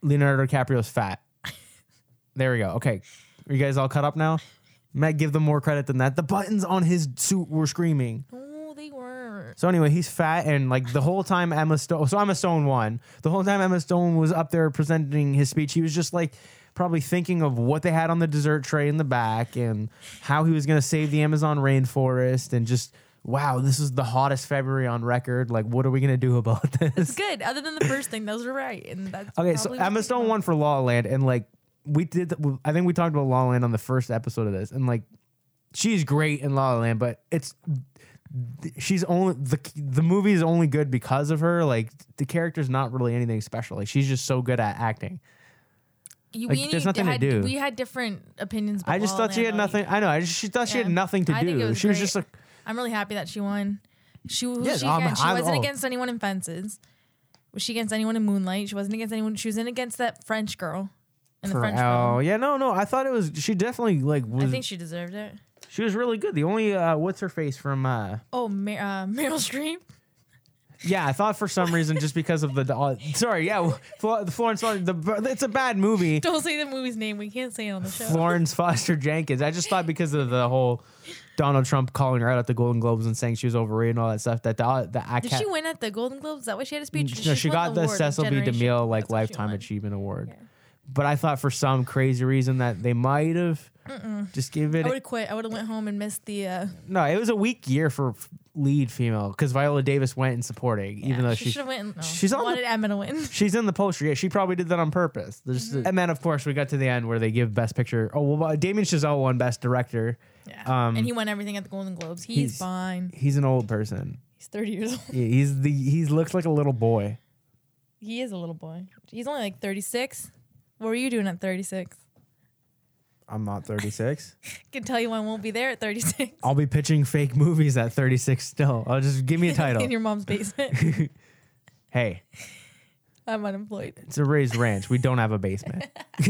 Speaker 1: Leonardo DiCaprio's fat. There we go. Okay, are you guys all cut up now? Matt, give them more credit than that. The buttons on his suit were screaming.
Speaker 2: No, they were.
Speaker 1: So anyway, he's fat, and like the whole time Emma Stone. So Emma Stone won. The whole time Emma Stone was up there presenting his speech, he was just like probably thinking of what they had on the dessert tray in the back and how he was going to save the Amazon rainforest, and just wow, this is the hottest February on record. Like, what are we going to do about
Speaker 2: It's
Speaker 1: this?
Speaker 2: good. Other than the first thing, those were right. And that's
Speaker 1: Okay, so
Speaker 2: probably what
Speaker 1: Emma
Speaker 2: they
Speaker 1: Stone
Speaker 2: want.
Speaker 1: won for La La Land, and like we did, I think we talked about La La Land on the first episode of this, and like she's great in La La Land, but it's she's only the the movie is only good because of her. Like the character's not really anything special. Like she's just so good at acting.
Speaker 2: You-
Speaker 1: like,
Speaker 2: we
Speaker 1: there's nothing to
Speaker 2: had,
Speaker 1: do.
Speaker 2: We had different opinions.
Speaker 1: I just
Speaker 2: about
Speaker 1: thought she had
Speaker 2: Lana.
Speaker 1: nothing. I know. I just she thought she had
Speaker 2: Yeah.
Speaker 1: nothing to
Speaker 2: I think it
Speaker 1: do.
Speaker 2: was
Speaker 1: she was
Speaker 2: great.
Speaker 1: just like
Speaker 2: I'm really happy that she won. She, who
Speaker 1: Yes,
Speaker 2: she,
Speaker 1: I'm-
Speaker 2: against? she
Speaker 1: I'm-
Speaker 2: wasn't
Speaker 1: oh.
Speaker 2: against anyone in fences. Was she against anyone in Moonlight? She wasn't against anyone. She was in against that French girl in the French
Speaker 1: oh
Speaker 2: film.
Speaker 1: yeah no no. I thought it was she definitely like was
Speaker 2: I think she deserved it.
Speaker 1: she was really good. The only uh, what's her face from uh
Speaker 2: Oh, Mer- uh, Meryl Streep.
Speaker 1: Yeah, I thought for some reason just because of the doll. Sorry, yeah, Flo- the Florence. Foster- The it's a bad movie.
Speaker 2: Don't say the movie's name. We can't say it on the show.
Speaker 1: Florence Foster Jenkins. I just thought because of the whole Donald Trump calling her out at the Golden Globes and saying she was overrated and all that stuff. That the, uh, the I
Speaker 2: Did
Speaker 1: can't-
Speaker 2: she win at the Golden Globes? Is that why she had a speech?
Speaker 1: No, she
Speaker 2: won
Speaker 1: got the
Speaker 2: award of
Speaker 1: Cecil B.
Speaker 2: Generation.
Speaker 1: DeMille like
Speaker 2: That's what she
Speaker 1: Lifetime
Speaker 2: won.
Speaker 1: Achievement Award.
Speaker 2: Yeah.
Speaker 1: But I thought for some crazy reason that they might have just give it.
Speaker 2: I would have quit. I would have went home and missed the. Uh,
Speaker 1: no, it was a weak year for f- lead female because Viola Davis went in supporting, even though
Speaker 2: she
Speaker 1: she's
Speaker 2: should have went. No,
Speaker 1: she's on the-
Speaker 2: wanted Emma to win.
Speaker 1: She's in the poster. Yeah, she probably did that on purpose. There's-
Speaker 2: Mm-hmm.
Speaker 1: And then, of course, we got to the end where they give Best Picture. Oh, well, Damien Chazelle won Best Director.
Speaker 2: Yeah.
Speaker 1: Um,
Speaker 2: and he won everything at the Golden Globes. He's,
Speaker 1: he's-
Speaker 2: fine.
Speaker 1: He's an old person.
Speaker 2: He's 30 years old.
Speaker 1: Yeah, He's the he looks like a little boy.
Speaker 2: He is a little boy. He's only like 36. What were you doing at 36?
Speaker 1: I'm not 36.
Speaker 2: Can tell you I won't be there at 36.
Speaker 1: I'll be pitching fake movies at 36 still. I'll just give me a title.
Speaker 2: In your mom's basement.
Speaker 1: hey,
Speaker 2: I'm unemployed.
Speaker 1: it's a raised ranch. We don't have a basement.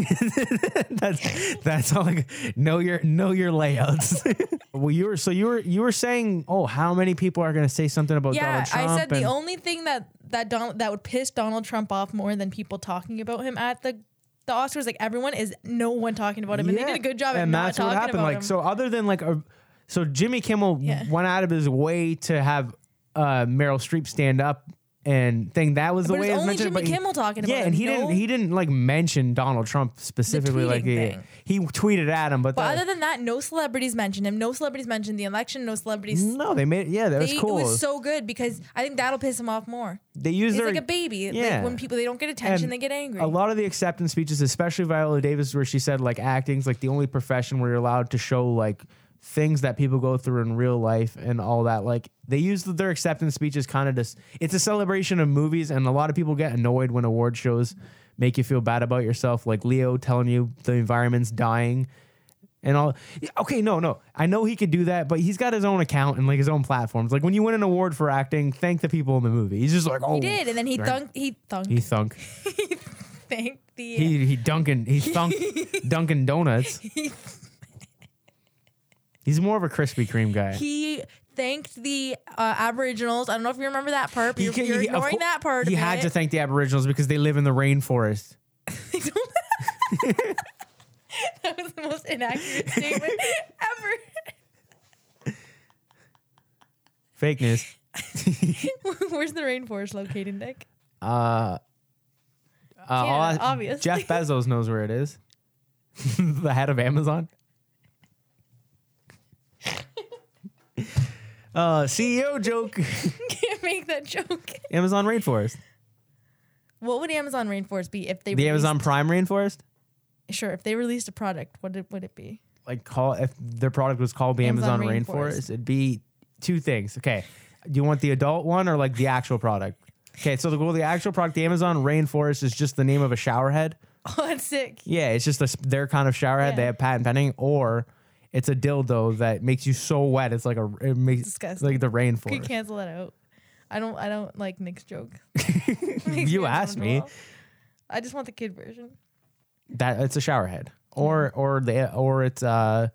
Speaker 1: that's that's all. I, g- know your know your layouts. well, you were so you were you were saying, oh, how many people are going to say something about
Speaker 2: Yeah,
Speaker 1: Donald Trump?
Speaker 2: I said
Speaker 1: and-
Speaker 2: the only thing that that Donald that would piss Donald Trump off more than people talking about him at the the Oscars, like everyone is no one talking about him, and they did a good job at
Speaker 1: and
Speaker 2: not
Speaker 1: that's
Speaker 2: talking
Speaker 1: what happened.
Speaker 2: about
Speaker 1: like
Speaker 2: him.
Speaker 1: so, other than like a, so Jimmy Kimmel
Speaker 2: Yeah.
Speaker 1: went out of his way to have uh, Meryl Streep stand up and thing. That was the
Speaker 2: but
Speaker 1: way it
Speaker 2: it's
Speaker 1: was
Speaker 2: only
Speaker 1: mentioned.
Speaker 2: Jimmy
Speaker 1: but he-
Speaker 2: Kimmel talking
Speaker 1: yeah,
Speaker 2: about
Speaker 1: and
Speaker 2: him.
Speaker 1: he
Speaker 2: no?
Speaker 1: didn't. He didn't like mention Donald Trump specifically. Like
Speaker 2: tweeting
Speaker 1: he,
Speaker 2: thing.
Speaker 1: he tweeted at him, but,
Speaker 2: But
Speaker 1: the-
Speaker 2: other than that, no celebrities mentioned him. No celebrities mentioned the election. No celebrities.
Speaker 1: no, they made yeah, that
Speaker 2: They-
Speaker 1: was Mm, cool.
Speaker 2: It was so good because I think that'll piss him off more.
Speaker 1: they used
Speaker 2: He's
Speaker 1: their
Speaker 2: like a baby. Like,
Speaker 1: yeah.
Speaker 2: when people they don't get attention,
Speaker 1: And
Speaker 2: they get angry.
Speaker 1: a lot of the acceptance speeches, especially Viola Davis, where she said like acting's like the only profession where you're allowed to show like things that people go through in real life and all that. Like they use their acceptance speeches kind of just it's a celebration of movies, and a lot of people get annoyed when award shows make you feel bad about yourself. Like Leo telling you the environment's dying. And all okay, no, no. I know he could do that, but he's got his own account and like his own platforms. Like when you win an award for acting, thank the people in the movie. He's just like, oh,
Speaker 2: he did, and then he
Speaker 1: Right.
Speaker 2: thunk. He thunk.
Speaker 1: he
Speaker 2: He
Speaker 1: thunk.
Speaker 2: thanked the.
Speaker 1: He he Dunkin' he thunk Dunkin' Donuts. He's more of a Krispy Kreme guy.
Speaker 2: he thanked the uh, Aboriginals. I don't know if you remember that part, but
Speaker 1: He
Speaker 2: you're,
Speaker 1: can-
Speaker 2: you're
Speaker 1: he- of
Speaker 2: ignoring
Speaker 1: cour-
Speaker 2: that part.
Speaker 1: He
Speaker 2: of
Speaker 1: had
Speaker 2: it.
Speaker 1: to thank the Aboriginals because they live in the rainforest.
Speaker 2: that was the most inaccurate statement ever.
Speaker 1: Fake news.
Speaker 2: Where's the rainforest located, Nick?
Speaker 1: Uh, Uh, I'll ask-
Speaker 2: obviously.
Speaker 1: Jeff Bezos knows where it is. the head of Amazon. uh, CEO joke.
Speaker 2: Can't make that joke.
Speaker 1: Amazon rainforest.
Speaker 2: What would Amazon rainforest be if they
Speaker 1: The
Speaker 2: released-
Speaker 1: Amazon Prime rainforest.
Speaker 2: Sure, if they released a product, what it, would it be?
Speaker 1: Like call if their product was called the Amazon,
Speaker 2: Amazon
Speaker 1: rainforest,
Speaker 2: rainforest.
Speaker 1: it'd be two things. Okay, do you want the adult one or like the actual product? Okay, so the well, the actual product, the Amazon rainforest, is just the name of a shower head.
Speaker 2: Oh, that's sick.
Speaker 1: Yeah, it's just a, s- their kind of shower head. They
Speaker 2: Yeah.
Speaker 1: have patent pending, or it's a dildo that makes you so wet. It's like a it makes
Speaker 2: Disgusting.
Speaker 1: like the
Speaker 2: Could you
Speaker 1: rainforest.
Speaker 2: cancel that out? I don't. I don't like Nick's joke.
Speaker 1: You,
Speaker 2: Makes
Speaker 1: asked me
Speaker 2: uncomfortable. I just want the kid version.
Speaker 1: that it's a shower head, or or the or it's uh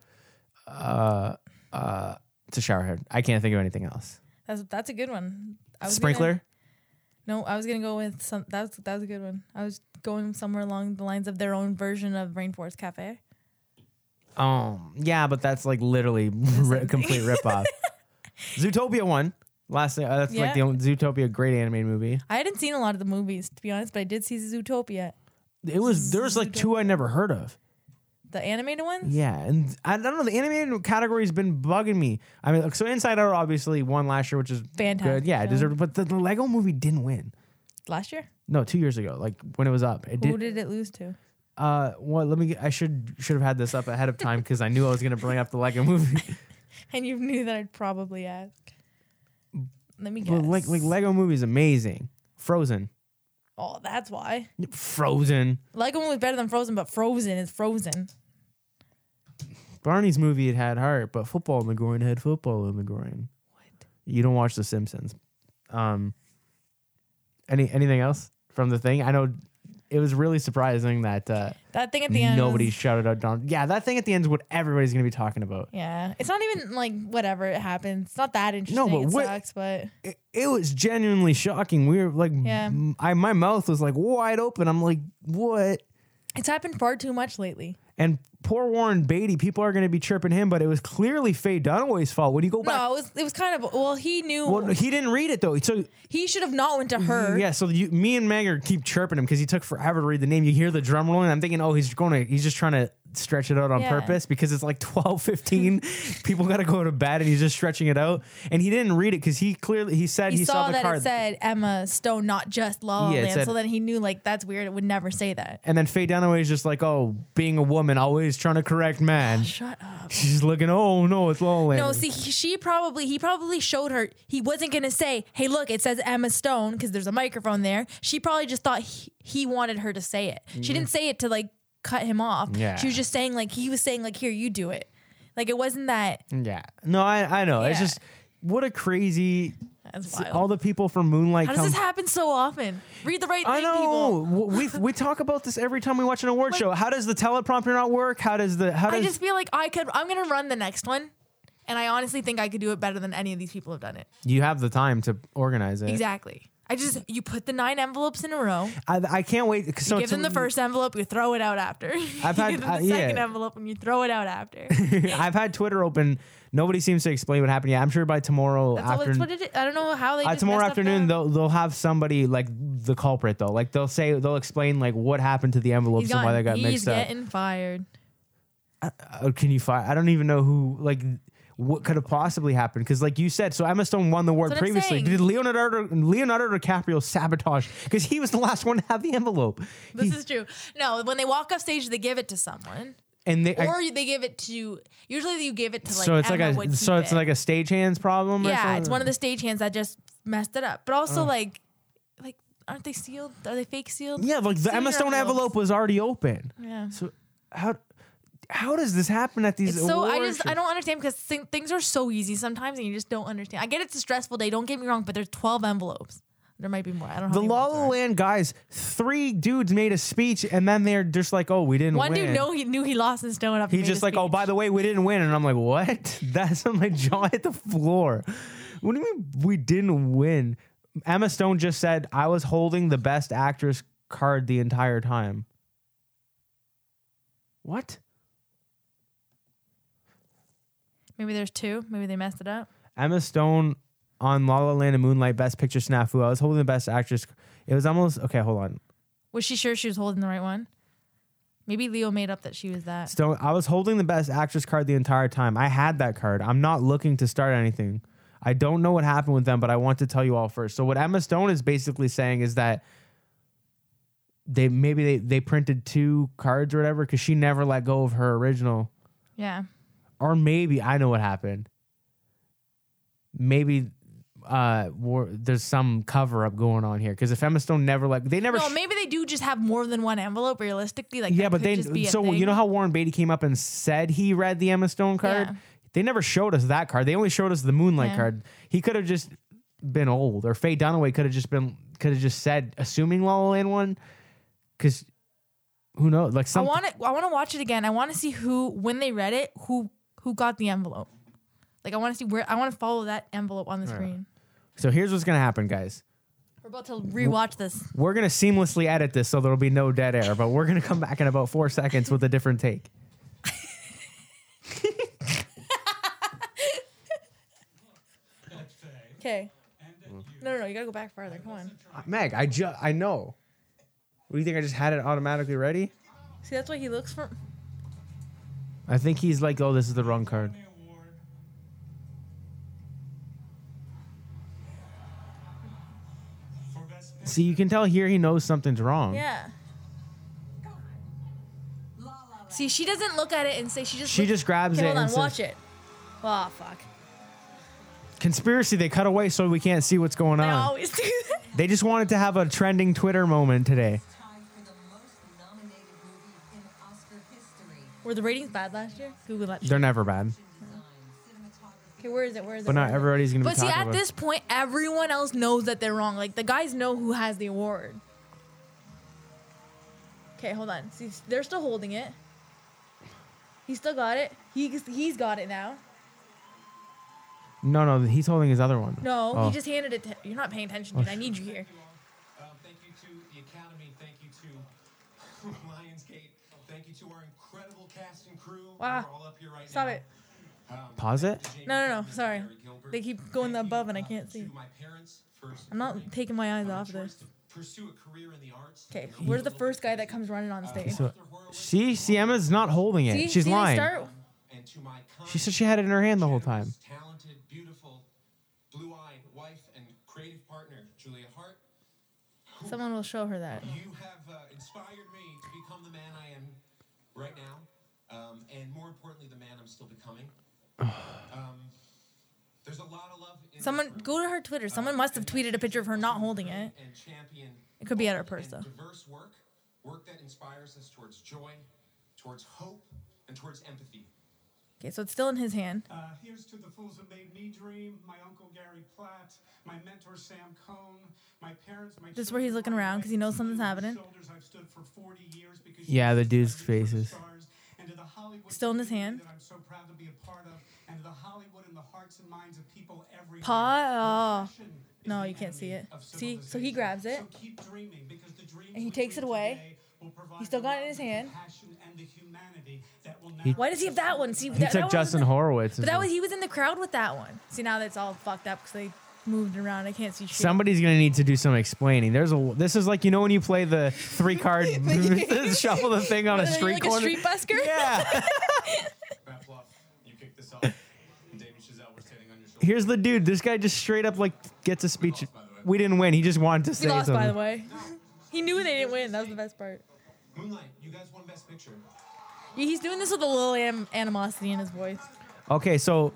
Speaker 1: uh uh it's a shower head. I can't think of anything else.
Speaker 2: That's that's a good one. I was gonna-
Speaker 1: Sprinkler.
Speaker 2: no, I was gonna go with some. That's that was a good one. I was going somewhere along the lines of their own version of Rainforest Cafe.
Speaker 1: Um, yeah, but that's like literally ri- complete ripoff. Zootopia one. Last thing, uh, that's like
Speaker 2: Yeah.
Speaker 1: the only Zootopia great animated movie.
Speaker 2: I hadn't seen a lot of the movies to be honest, but I did see Zootopia,
Speaker 1: It was there was like two I never heard of.
Speaker 2: the animated ones.
Speaker 1: Yeah, and I don't know. The animated category's been bugging me. I mean, so Inside Out obviously won last year, which is
Speaker 2: Fantastic
Speaker 1: good. Yeah, it
Speaker 2: film.
Speaker 1: deserved. But the, the Lego Movie didn't win.
Speaker 2: Last year,
Speaker 1: No, two years ago, like when it was up, it
Speaker 2: who
Speaker 1: did.
Speaker 2: did it lose to?
Speaker 1: Uh, well, let me. Get, I should should have had this up ahead of time because I knew I was gonna bring up the Lego Movie.
Speaker 2: And you knew that I'd probably ask. Let me guess.
Speaker 1: But Mm. like, like Lego Movie is amazing. Frozen,
Speaker 2: oh, that's why.
Speaker 1: Frozen,
Speaker 2: Lego one was better than Frozen, but Frozen is Frozen.
Speaker 1: Barney's movie. It had heart, but football in the groin had football in the groin. What? You don't watch The Simpsons. Um. Any anything else from the thing? I know it was really surprising that uh,
Speaker 2: That thing at the end.
Speaker 1: nobody
Speaker 2: was-
Speaker 1: shouted out Don. Yeah, that thing at the end is what everybody's gonna be talking about.
Speaker 2: yeah, it's not even like whatever it happens. It's not that interesting.
Speaker 1: but
Speaker 2: it
Speaker 1: what-
Speaker 2: sucks, but
Speaker 1: It, it was genuinely shocking. We were like,
Speaker 2: Yeah.
Speaker 1: m- I my mouth was like wide open. I'm like, what?
Speaker 2: it's happened far too much lately.
Speaker 1: And poor Warren Beatty, people are gonna be chirping him, but it was clearly Faye Dunaway's fault. When you go back,
Speaker 2: No, it was it was kind of well. He knew
Speaker 1: well, he didn't read it though. So
Speaker 2: he should have not went to her.
Speaker 1: Yeah, so you, me and Meg are keep chirping him because he took forever to read the name. You hear the drum rolling. I'm thinking, oh, he's going to, he's just trying to stretch it out on
Speaker 2: Yeah.
Speaker 1: purpose because it's like 12, 15. People got to go to bed and he's just stretching it out. And he didn't read it because he clearly, he said
Speaker 2: He,
Speaker 1: he,
Speaker 2: saw,
Speaker 1: the
Speaker 2: that
Speaker 1: card.
Speaker 2: it said Emma Stone, not just La La
Speaker 1: Yeah, it
Speaker 2: Land.
Speaker 1: said-
Speaker 2: so then he knew like that's weird. It would never say that.
Speaker 1: and then Faye Dunaway is just like, oh, being a woman, always trying to correct man.
Speaker 2: Shut up.
Speaker 1: She's looking, oh, no, it's Lowland.
Speaker 2: No, see, he, she probably he probably showed her he wasn't gonna say, "Hey, look, it says Emma Stone" because there's a microphone there. She probably just thought he, he wanted her to say it. She didn't say it to like cut him off.
Speaker 1: Mm-hmm. Yeah.
Speaker 2: she was just saying like he was saying like, "Here, you do it." Like it wasn't that.
Speaker 1: yeah. No, I, I know. It's
Speaker 2: Yeah.
Speaker 1: just, what a crazy,
Speaker 2: That's wild.
Speaker 1: all the people from Moonlight
Speaker 2: How does
Speaker 1: come
Speaker 2: this happen so often? Read the right
Speaker 1: I
Speaker 2: thing,
Speaker 1: know.
Speaker 2: people.
Speaker 1: W- we we talk about this every time we watch an award show. How does the teleprompter not work? How does the how
Speaker 2: I
Speaker 1: does
Speaker 2: just feel like I could. I'm gonna run the next one, and I honestly think I could do it better than any of these people have done it.
Speaker 1: you have the time to organize it?
Speaker 2: Exactly. I just you put the nine envelopes in a row.
Speaker 1: I, I can't wait. 'cause So
Speaker 2: give them the first envelope, you throw it out after.
Speaker 1: I've
Speaker 2: you
Speaker 1: had-
Speaker 2: give them the
Speaker 1: uh, yeah.
Speaker 2: second envelope, and you throw it out after.
Speaker 1: I've had Twitter open. Nobody seems to explain what happened yet. I'm sure by tomorrow
Speaker 2: That's all, that's what
Speaker 1: afternoon.
Speaker 2: it is. I don't know how they.
Speaker 1: Uh,
Speaker 2: just
Speaker 1: tomorrow
Speaker 2: messed up
Speaker 1: afternoon,
Speaker 2: the-
Speaker 1: they'll they'll have somebody like the culprit though. Like they'll say they'll explain like what happened to the envelopes
Speaker 2: He's,
Speaker 1: and
Speaker 2: gotten,
Speaker 1: why they got
Speaker 2: he's
Speaker 1: mixed up.
Speaker 2: getting fired.
Speaker 1: Uh, can you fire? I don't even know who like what could have possibly happened because like you said so emma stone won the award
Speaker 2: That's what I'm
Speaker 1: previously
Speaker 2: saying.
Speaker 1: did leonardo leonardo dicaprio sabotage because he was the last one to have the envelope
Speaker 2: This is true. No, when they walk off stage, they give it to someone,
Speaker 1: and they I-
Speaker 2: or they give it to. Usually, you give it to like.
Speaker 1: so it's
Speaker 2: Emma
Speaker 1: like
Speaker 2: would
Speaker 1: a so
Speaker 2: keep
Speaker 1: it's
Speaker 2: it.
Speaker 1: like a stagehand's problem or
Speaker 2: Yeah,
Speaker 1: something?
Speaker 2: it's one of the stagehands that just messed it up. But also, like, like aren't they sealed? Are they fake sealed?
Speaker 1: yeah like the
Speaker 2: Sealed
Speaker 1: emma
Speaker 2: or
Speaker 1: stone
Speaker 2: envelopes?
Speaker 1: envelope was already open
Speaker 2: Yeah.
Speaker 1: so how how does this happen at these
Speaker 2: It's so I
Speaker 1: award
Speaker 2: just I
Speaker 1: shows?
Speaker 2: don't understand because thi- things are so easy sometimes and you just don't understand. I get it's a stressful day. Don't get me wrong, but there's 12 envelopes. There might be more. I don't know. how
Speaker 1: the
Speaker 2: many
Speaker 1: La
Speaker 2: ones
Speaker 1: La
Speaker 2: there are.
Speaker 1: Land guys, three dudes made a speech, and then they're just like, "Oh, we didn't
Speaker 2: One
Speaker 1: win."
Speaker 2: dude know he knew he lost his donut. after he
Speaker 1: He's
Speaker 2: made
Speaker 1: just
Speaker 2: a
Speaker 1: like, oh,
Speaker 2: speech.
Speaker 1: by the way, we didn't win. And I'm like, what? That's when my jaw hit the floor. What do you mean we didn't win? Emma Stone just said, I was holding the best actress card the entire time. What?
Speaker 2: maybe there's two. Maybe they messed it up.
Speaker 1: Emma Stone on La La Land and Moonlight Best Picture Snafu. I was holding the best actress. It was almost, okay, hold on.
Speaker 2: Was she sure she was holding the right one? Maybe Leo made up that she was that.
Speaker 1: Stone. I was holding the best actress card the entire time. I had that card. I'm not looking to start anything. I don't know what happened with them, but I want to tell you all first. So what Emma Stone is basically saying is that they maybe they, they printed two cards or whatever because she never let go of her original.
Speaker 2: Yeah.
Speaker 1: Or maybe I know what happened. Maybe uh war, there's some cover up going on here because if Emma Stone never let they never
Speaker 2: No,
Speaker 1: sh-
Speaker 2: maybe they do just have more than one envelope. Realistically, like
Speaker 1: yeah,
Speaker 2: that
Speaker 1: but
Speaker 2: could
Speaker 1: they
Speaker 2: just be a
Speaker 1: so you
Speaker 2: thing.
Speaker 1: know how Warren Beatty came up and said he read the Emma Stone card.
Speaker 2: Yeah.
Speaker 1: They never showed us that card. They only showed us the Moonlight
Speaker 2: Yeah.
Speaker 1: card. He could have just been old, or Faye Dunaway could have just been could have just said, assuming La La Land won, because who knows? Like
Speaker 2: I
Speaker 1: some
Speaker 2: want to. I want to watch it again. I want to see who when they read it, who who got the envelope. Like I want to see where I want to follow that envelope on the screen.
Speaker 1: so here's what's gonna happen, guys.
Speaker 2: We're about to rewatch this.
Speaker 1: We're gonna seamlessly edit this so there'll be no dead air, but we're gonna come back in about four seconds with a different take.
Speaker 2: Okay. No, no, no. You gotta go back farther. Come on.
Speaker 1: Uh, Meg, I ju- I know. What do you think? I just had it automatically ready.
Speaker 2: See, that's why he looks for.
Speaker 1: I think he's like, oh, this is the wrong card. See, you can tell here he knows something's wrong.
Speaker 2: Yeah. See, she doesn't look at it and say she just.
Speaker 1: She
Speaker 2: look-
Speaker 1: just grabs
Speaker 2: Okay,
Speaker 1: it
Speaker 2: hold
Speaker 1: and
Speaker 2: on.
Speaker 1: says,
Speaker 2: Watch it. Oh fuck!
Speaker 1: Conspiracy, they cut away so we can't see what's going
Speaker 2: I
Speaker 1: on.
Speaker 2: always do that.
Speaker 1: They just wanted to have a trending Twitter moment today.
Speaker 3: tied for the most nominated movie in Oscar history.
Speaker 2: Were the ratings bad last year? Google that.
Speaker 1: They're never bad,
Speaker 2: Okay, where is it? Where is it?
Speaker 1: but not everybody's going to be
Speaker 2: But see,
Speaker 1: talking
Speaker 2: at
Speaker 1: about
Speaker 2: this point, everyone else knows that they're wrong. Like the guys know who has the award. Okay, hold on. See, they're still holding it. He still got it. He he's got it now.
Speaker 1: No, no, he's holding his other one.
Speaker 2: No,
Speaker 1: Oh.
Speaker 2: he just handed it. to You're not paying attention, dude. I need you here.
Speaker 4: Um, thank you to the Academy. Thank you to Lionsgate. Thank you to our incredible cast and crew.
Speaker 2: Wow.
Speaker 4: We're all up here right
Speaker 2: Stop
Speaker 4: now.
Speaker 2: it.
Speaker 1: Pause it.
Speaker 4: Jamie
Speaker 2: No, no, no.
Speaker 4: Cummings,
Speaker 2: Sorry.
Speaker 4: Barry Gilbert.
Speaker 2: They keep going
Speaker 4: Thank
Speaker 2: above,
Speaker 4: you,
Speaker 2: and I
Speaker 4: uh,
Speaker 2: can't see.
Speaker 4: To my parents, first.
Speaker 2: I'm not taking my eyes
Speaker 4: for
Speaker 2: off
Speaker 4: the
Speaker 2: this.
Speaker 4: choice to Pursue a career in the arts.
Speaker 2: Okay,
Speaker 4: You know,
Speaker 2: where's
Speaker 4: we're
Speaker 2: the first guy that
Speaker 4: looking
Speaker 2: comes running on stage?
Speaker 4: to Arthur Horowitz
Speaker 1: See, see, Emma's not holding it.
Speaker 2: See,
Speaker 1: She's
Speaker 2: see, they
Speaker 1: lying.
Speaker 2: start-
Speaker 4: And to my kind,
Speaker 1: She said she had it in her hand the whole time.
Speaker 4: generous, Talented, beautiful, blue-eyed wife and creative partner, Julia Hart.
Speaker 2: Someone will show her that.
Speaker 4: You have uh, inspired me to become the man I am right now, um, and more importantly, the man I'm still becoming. um, there's a lot of love. In this
Speaker 2: Someone
Speaker 4: room,
Speaker 2: go to her Twitter. Someone must have tweeted a picture of her not holding it.
Speaker 4: and champion.
Speaker 2: It could be at her
Speaker 4: bold
Speaker 2: purse,
Speaker 4: and
Speaker 2: though.
Speaker 4: Diverse work, work that inspires us towards joy, towards hope, and towards empathy.
Speaker 2: Okay, so it's still in his hand.
Speaker 5: Uh, here's to the fools that made me dream, my uncle Gary Platt, my mentor Sam Cohn, my parents, my
Speaker 2: This is where he's looking around 'cause he knows something's happening.
Speaker 5: Shoulders I've stood for 40 years because
Speaker 1: Yeah, the dude's faces.
Speaker 5: faces.
Speaker 2: Still in his hand.
Speaker 5: That I'm so proud to be a part of, and to the Hollywood and the hearts and minds of people everywhere.
Speaker 2: Pa- uh,
Speaker 5: Passion is
Speaker 2: No,
Speaker 5: the
Speaker 2: you can't see
Speaker 5: enemy
Speaker 2: it.
Speaker 5: of
Speaker 2: See? So he
Speaker 5: civilization.
Speaker 2: grabs it.
Speaker 5: So keep dreaming because the dreams
Speaker 2: And he
Speaker 5: we
Speaker 2: takes
Speaker 5: create
Speaker 2: it away.
Speaker 5: today will provide
Speaker 2: still
Speaker 5: the
Speaker 2: got it in
Speaker 5: love,
Speaker 2: his
Speaker 5: the
Speaker 2: hand.
Speaker 5: compassion, and the humanity that will now
Speaker 2: Why does he have that one? See,
Speaker 1: He
Speaker 2: that, that
Speaker 1: took
Speaker 2: one
Speaker 1: Justin
Speaker 2: was in the-
Speaker 1: Horowitz.
Speaker 2: But that was he was in the crowd with that one. See, now that's all fucked up because they moved around. I can't see shit.
Speaker 1: Somebody's gonna need to do some explaining. There's a this is like you know when you play the three card shuffle the thing on a
Speaker 2: Are you
Speaker 1: street
Speaker 2: like
Speaker 1: corner.
Speaker 2: a street busker.
Speaker 1: yeah.
Speaker 4: Matt Bluff, you kick this off. Damon Chazelle, we're standing on your shoulders.
Speaker 1: Here's the dude. This guy just straight up like gets a speech.
Speaker 4: by the way.
Speaker 1: We didn't win. He just wanted to
Speaker 2: He
Speaker 1: say
Speaker 2: lost,
Speaker 1: something.
Speaker 2: by the way. He knew they didn't win. That was the best part.
Speaker 4: Moonlight, you guys won Best Picture.
Speaker 2: Yeah, he's doing this with a little anim- animosity in his voice.
Speaker 1: Okay, so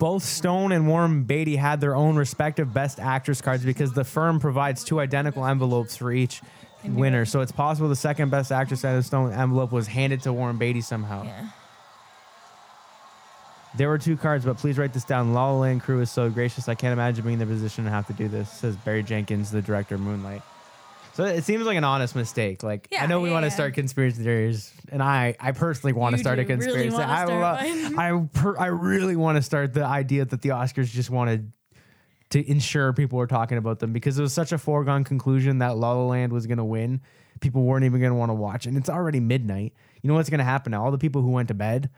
Speaker 1: both Stone and Warren Beatty had their own respective Best Actress cards because the firm provides two identical envelopes for each winner. So it's possible the second Best Actress out of Stone envelope was handed to Warren Beatty somehow.
Speaker 2: Yeah.
Speaker 1: There were two cards, but please write this down. La La Land crew is so gracious. I can't imagine being in the position to have to do this, says Barry Jenkins, the director of Moonlight. So it seems like an honest mistake. Like I
Speaker 2: Yeah,
Speaker 1: know we
Speaker 2: yeah,
Speaker 1: want to
Speaker 2: yeah.
Speaker 1: start conspiracy theories, and I, I personally want to
Speaker 2: You
Speaker 1: start a
Speaker 2: do really
Speaker 1: conspiracy.
Speaker 2: wanna
Speaker 1: I
Speaker 2: start
Speaker 1: love. I per, I really want to start the idea that the Oscars just wanted to ensure people were talking about them because it was such a foregone conclusion that La La Land was going to win. People weren't even going to want to watch, and it's already midnight. You know what's going to happen now? All the people who went to bed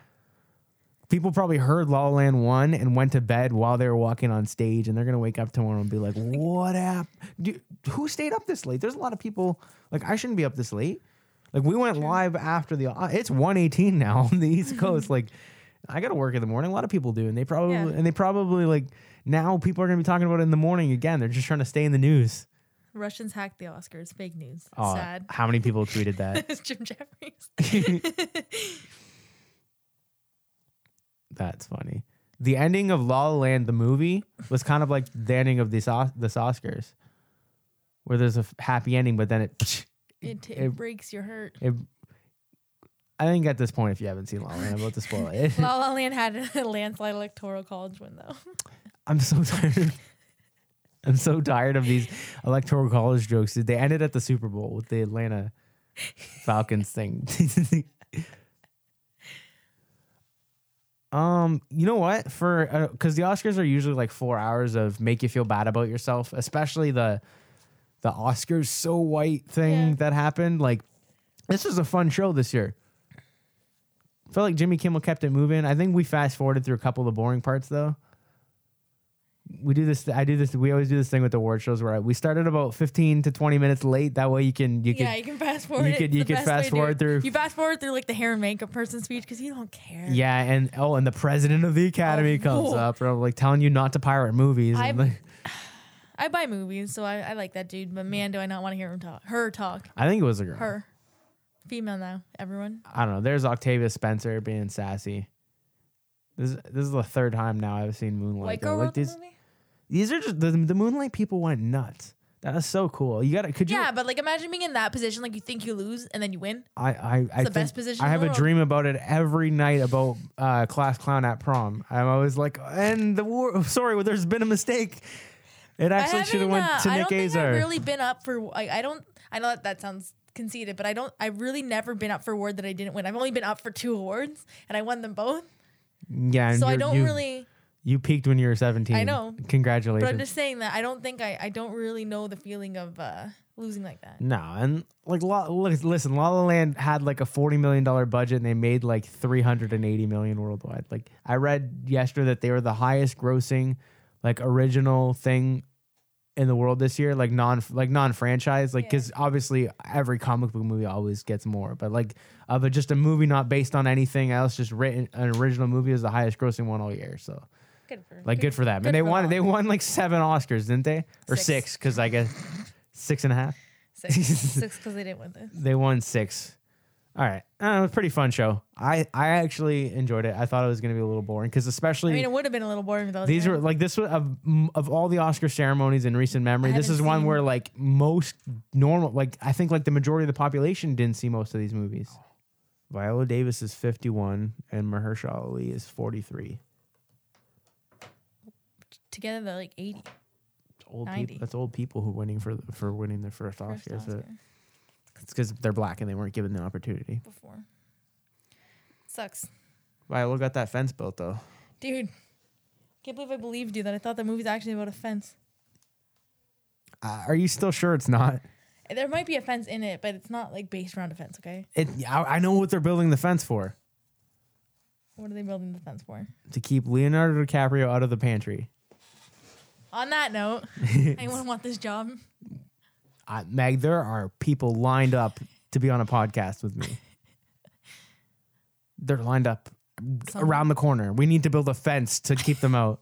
Speaker 1: people probably heard La La Land one and went to bed while they were walking on stage, and they're gonna wake up tomorrow and be like, "What happened? Who stayed up this late?" There's a lot of people like I shouldn't be up this late. Like we went live after the uh, it's 1:18 now on the East Coast. like I gotta work in the morning. A lot of people do, and they probably
Speaker 2: Yeah.
Speaker 1: and they probably like now people are gonna be talking about it in the morning again. They're just trying to stay in the news.
Speaker 2: Russians hacked the Oscars. Fake news.
Speaker 1: Aw,
Speaker 2: Sad.
Speaker 1: How many people tweeted that?
Speaker 2: it's Jim Jeffries.
Speaker 1: That's funny. The ending of La La Land, the movie, was kind of like the ending of the Os- the Oscars, where there's a f- happy ending, but then it.
Speaker 2: It, it,
Speaker 1: It-
Speaker 2: breaks your heart.
Speaker 1: it I think at this point, if you haven't seen La La Land, I'm about to spoil it.
Speaker 2: La La Land had a landslide electoral college win though.
Speaker 1: I'm so tired. I'm so tired of these electoral college jokes. They ended at the Super Bowl with the Atlanta Falcons thing. um, you know what? For because the Oscars are usually like four hours of make you feel bad about yourself, especially the the Oscars so white thing
Speaker 2: Yeah.
Speaker 1: that happened. Like, this was a fun show this year. Felt like Jimmy Kimmel kept it moving. I think we fast forwarded through a couple of the boring parts though we do this. I do this. We always do this thing with award shows where I, we started about fifteen to twenty minutes late. That way you can you
Speaker 2: yeah,
Speaker 1: can
Speaker 2: you can fast forward.
Speaker 1: you
Speaker 2: it.
Speaker 1: could-
Speaker 2: It's
Speaker 1: you
Speaker 2: the
Speaker 1: could
Speaker 2: best way to
Speaker 1: fast
Speaker 2: do
Speaker 1: forward
Speaker 2: it.
Speaker 1: through-
Speaker 2: You fast forward through like the hair and makeup person speech because you don't care.
Speaker 1: yeah and oh and the president of the academy
Speaker 2: Oh,
Speaker 1: comes
Speaker 2: whoa.
Speaker 1: up and I'm like telling you not to pirate movies. and
Speaker 2: I've-
Speaker 1: like-
Speaker 2: I buy movies, so I, I like that dude. But man, do I not want to hear him talk. Her talk.
Speaker 1: I think it was a girl.
Speaker 2: Her. Female now. Everyone.
Speaker 1: I don't know. There's Octavia Spencer being sassy. This this is the third time now I've seen Moonlight.
Speaker 2: White
Speaker 1: though.
Speaker 2: girl
Speaker 1: like
Speaker 2: wrote the
Speaker 1: these
Speaker 2: movie.
Speaker 1: these are just the, the Moonlight people went nuts. That is so cool. You got to could you
Speaker 2: Yeah, but like imagine being in that position. Like you think you lose and then you win.
Speaker 1: I, I, I
Speaker 2: the
Speaker 1: think-
Speaker 2: best position
Speaker 1: I
Speaker 2: in
Speaker 1: have
Speaker 2: the
Speaker 1: a
Speaker 2: world.
Speaker 1: dream about it every night about uh, class clown at prom. I'm always like, and the war. Sorry, well, there's been a mistake. It actually should have
Speaker 2: haven't,
Speaker 1: went
Speaker 2: uh,
Speaker 1: to
Speaker 2: I
Speaker 1: Nick
Speaker 2: don't think I've
Speaker 1: Azar.
Speaker 2: really been up for. I, I don't. I know that, that sounds conceited, but I don't. I've really never been up for award that I didn't win. I've only been up for two awards, and I won them both.
Speaker 1: yeah, and
Speaker 2: so I
Speaker 1: you're-
Speaker 2: don't
Speaker 1: you,
Speaker 2: really.
Speaker 1: You peaked when you were 17.
Speaker 2: I know. But I'm
Speaker 1: Congratulations.
Speaker 2: just saying that I don't think I. I don't really know the feeling of uh, losing like that.
Speaker 1: no, and like, La, look, listen, La La Land had like a forty million dollar budget, and they made like three hundred and eighty million worldwide. Like, I read yesterday that they were the highest grossing, like, original thing in the world this year, like non like non franchise, like because obviously every comic book movie always gets more, but like of a, just a movie not based on anything else, just written an original movie is the highest grossing one all year. So
Speaker 2: Good for
Speaker 1: like good for them,
Speaker 2: Good
Speaker 1: and they
Speaker 2: for
Speaker 1: won
Speaker 2: them.
Speaker 1: they won like seven Oscars, didn't they? Or
Speaker 2: Six.
Speaker 1: six? Because I guess six and a half.
Speaker 2: six six because they didn't win this.
Speaker 1: They won six. All right, uh, it was a pretty fun show. I I actually enjoyed it. I thought it was gonna be a little boring because especially
Speaker 2: I mean, it would have been a little boring without
Speaker 1: these
Speaker 2: them.
Speaker 1: were like this was of of all the Oscar ceremonies in recent memory.
Speaker 2: I
Speaker 1: This is
Speaker 2: haven't
Speaker 1: one
Speaker 2: seen-
Speaker 1: where like most normal, like I think like the majority of the population didn't see most of these movies. Viola Davis is fifty one and Mahershala Ali is forty three.
Speaker 2: together. They're like eighty.
Speaker 1: Old
Speaker 2: 90.
Speaker 1: people. That's old people who winning for the, for winning their first Oscars.
Speaker 2: First Oscar.
Speaker 1: It's because they're black and they weren't given the opportunity.
Speaker 2: before. Sucks.
Speaker 1: Viola got that fence built though.
Speaker 2: Dude. Can't believe I believed you that I thought the movie's actually about a fence.
Speaker 1: Uh, are you still sure it's not?
Speaker 2: There might be a fence in it, but it's not like based around a fence, okay?
Speaker 1: It. I, I know what they're building the fence for
Speaker 2: What are they building the fence for?
Speaker 1: to keep Leonardo DiCaprio out of the pantry.
Speaker 2: On that note, anyone want this job?
Speaker 1: I, Meg, there are people lined up to be on a podcast with me. They're lined up around the corner. We need to build a fence to keep them out.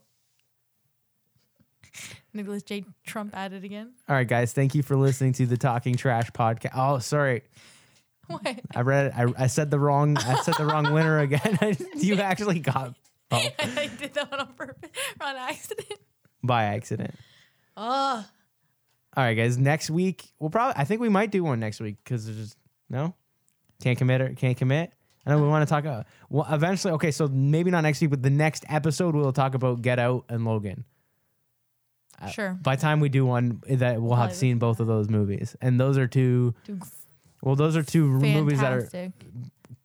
Speaker 2: Nicholas J. Trump at it again.
Speaker 1: All right, guys, thank you for listening to the Talking Trash podcast. Oh, sorry,
Speaker 2: What?
Speaker 1: I read it. I, I said the wrong. I said the wrong winner again. you actually got bumped
Speaker 2: I did that one on purpose, on accident.
Speaker 1: by accident.
Speaker 2: Oh,
Speaker 1: All right, guys. Next week, we'll probably. I think we might do one next week because there's just no can't commit or can't commit. I know we want to talk. About, well, eventually, okay. So maybe not next week, but the next episode we'll talk about Get Out and Logan.
Speaker 2: sure.
Speaker 1: By the time we do one, eh, that we'll have
Speaker 2: Probably.
Speaker 1: seen both of those movies, and those are two.
Speaker 2: Dude,
Speaker 1: Well, those are two movies that are
Speaker 2: Fantastic.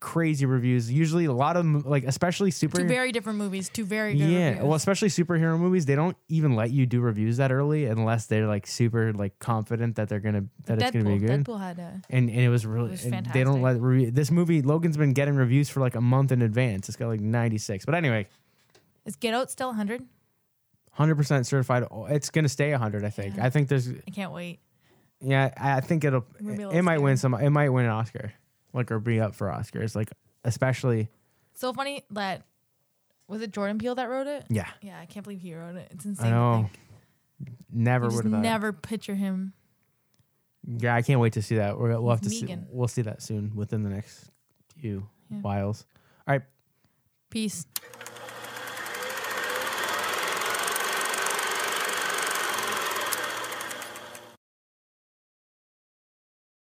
Speaker 1: crazy reviews. Usually, a lot of them, like especially
Speaker 2: Two
Speaker 1: super.
Speaker 2: very different movies, two very good
Speaker 1: yeah,
Speaker 2: reviews.
Speaker 1: well, especially superhero movies, they don't even let you do reviews that early unless they're like super like confident that they're gonna that it's gonna be good.
Speaker 2: Deadpool had a
Speaker 1: And, and it was really
Speaker 2: was
Speaker 1: and they don't
Speaker 2: fantastic.
Speaker 1: let review this movie. Logan's been getting reviews for like a month in advance. It's got like ninety six. But anyway,
Speaker 2: is Get Out still 100?
Speaker 1: hundred percent certified. Oh, It's gonna stay hundred. I think. I think there's
Speaker 2: I can't wait.
Speaker 1: Yeah, I I think it'll.
Speaker 2: We'll be
Speaker 1: It,
Speaker 2: able
Speaker 1: it
Speaker 2: to
Speaker 1: might
Speaker 2: see
Speaker 1: win
Speaker 2: it.
Speaker 1: some. It might win an Oscar, like or be up for Oscars. Like especially.
Speaker 2: So funny that was it Jordan Peele that wrote it?
Speaker 1: Yeah,
Speaker 2: Yeah, I can't believe he wrote it. It's
Speaker 1: Mm. I
Speaker 2: insane. to
Speaker 1: know.
Speaker 2: think.
Speaker 1: Never
Speaker 2: You
Speaker 1: would
Speaker 2: just
Speaker 1: have.
Speaker 2: never picture him.
Speaker 1: Yeah, I can't wait to see that. We're, we'll have to see.
Speaker 2: Megan.
Speaker 1: We'll see that soon within the next few
Speaker 2: Yeah.
Speaker 1: whiles. All right,
Speaker 2: Peace.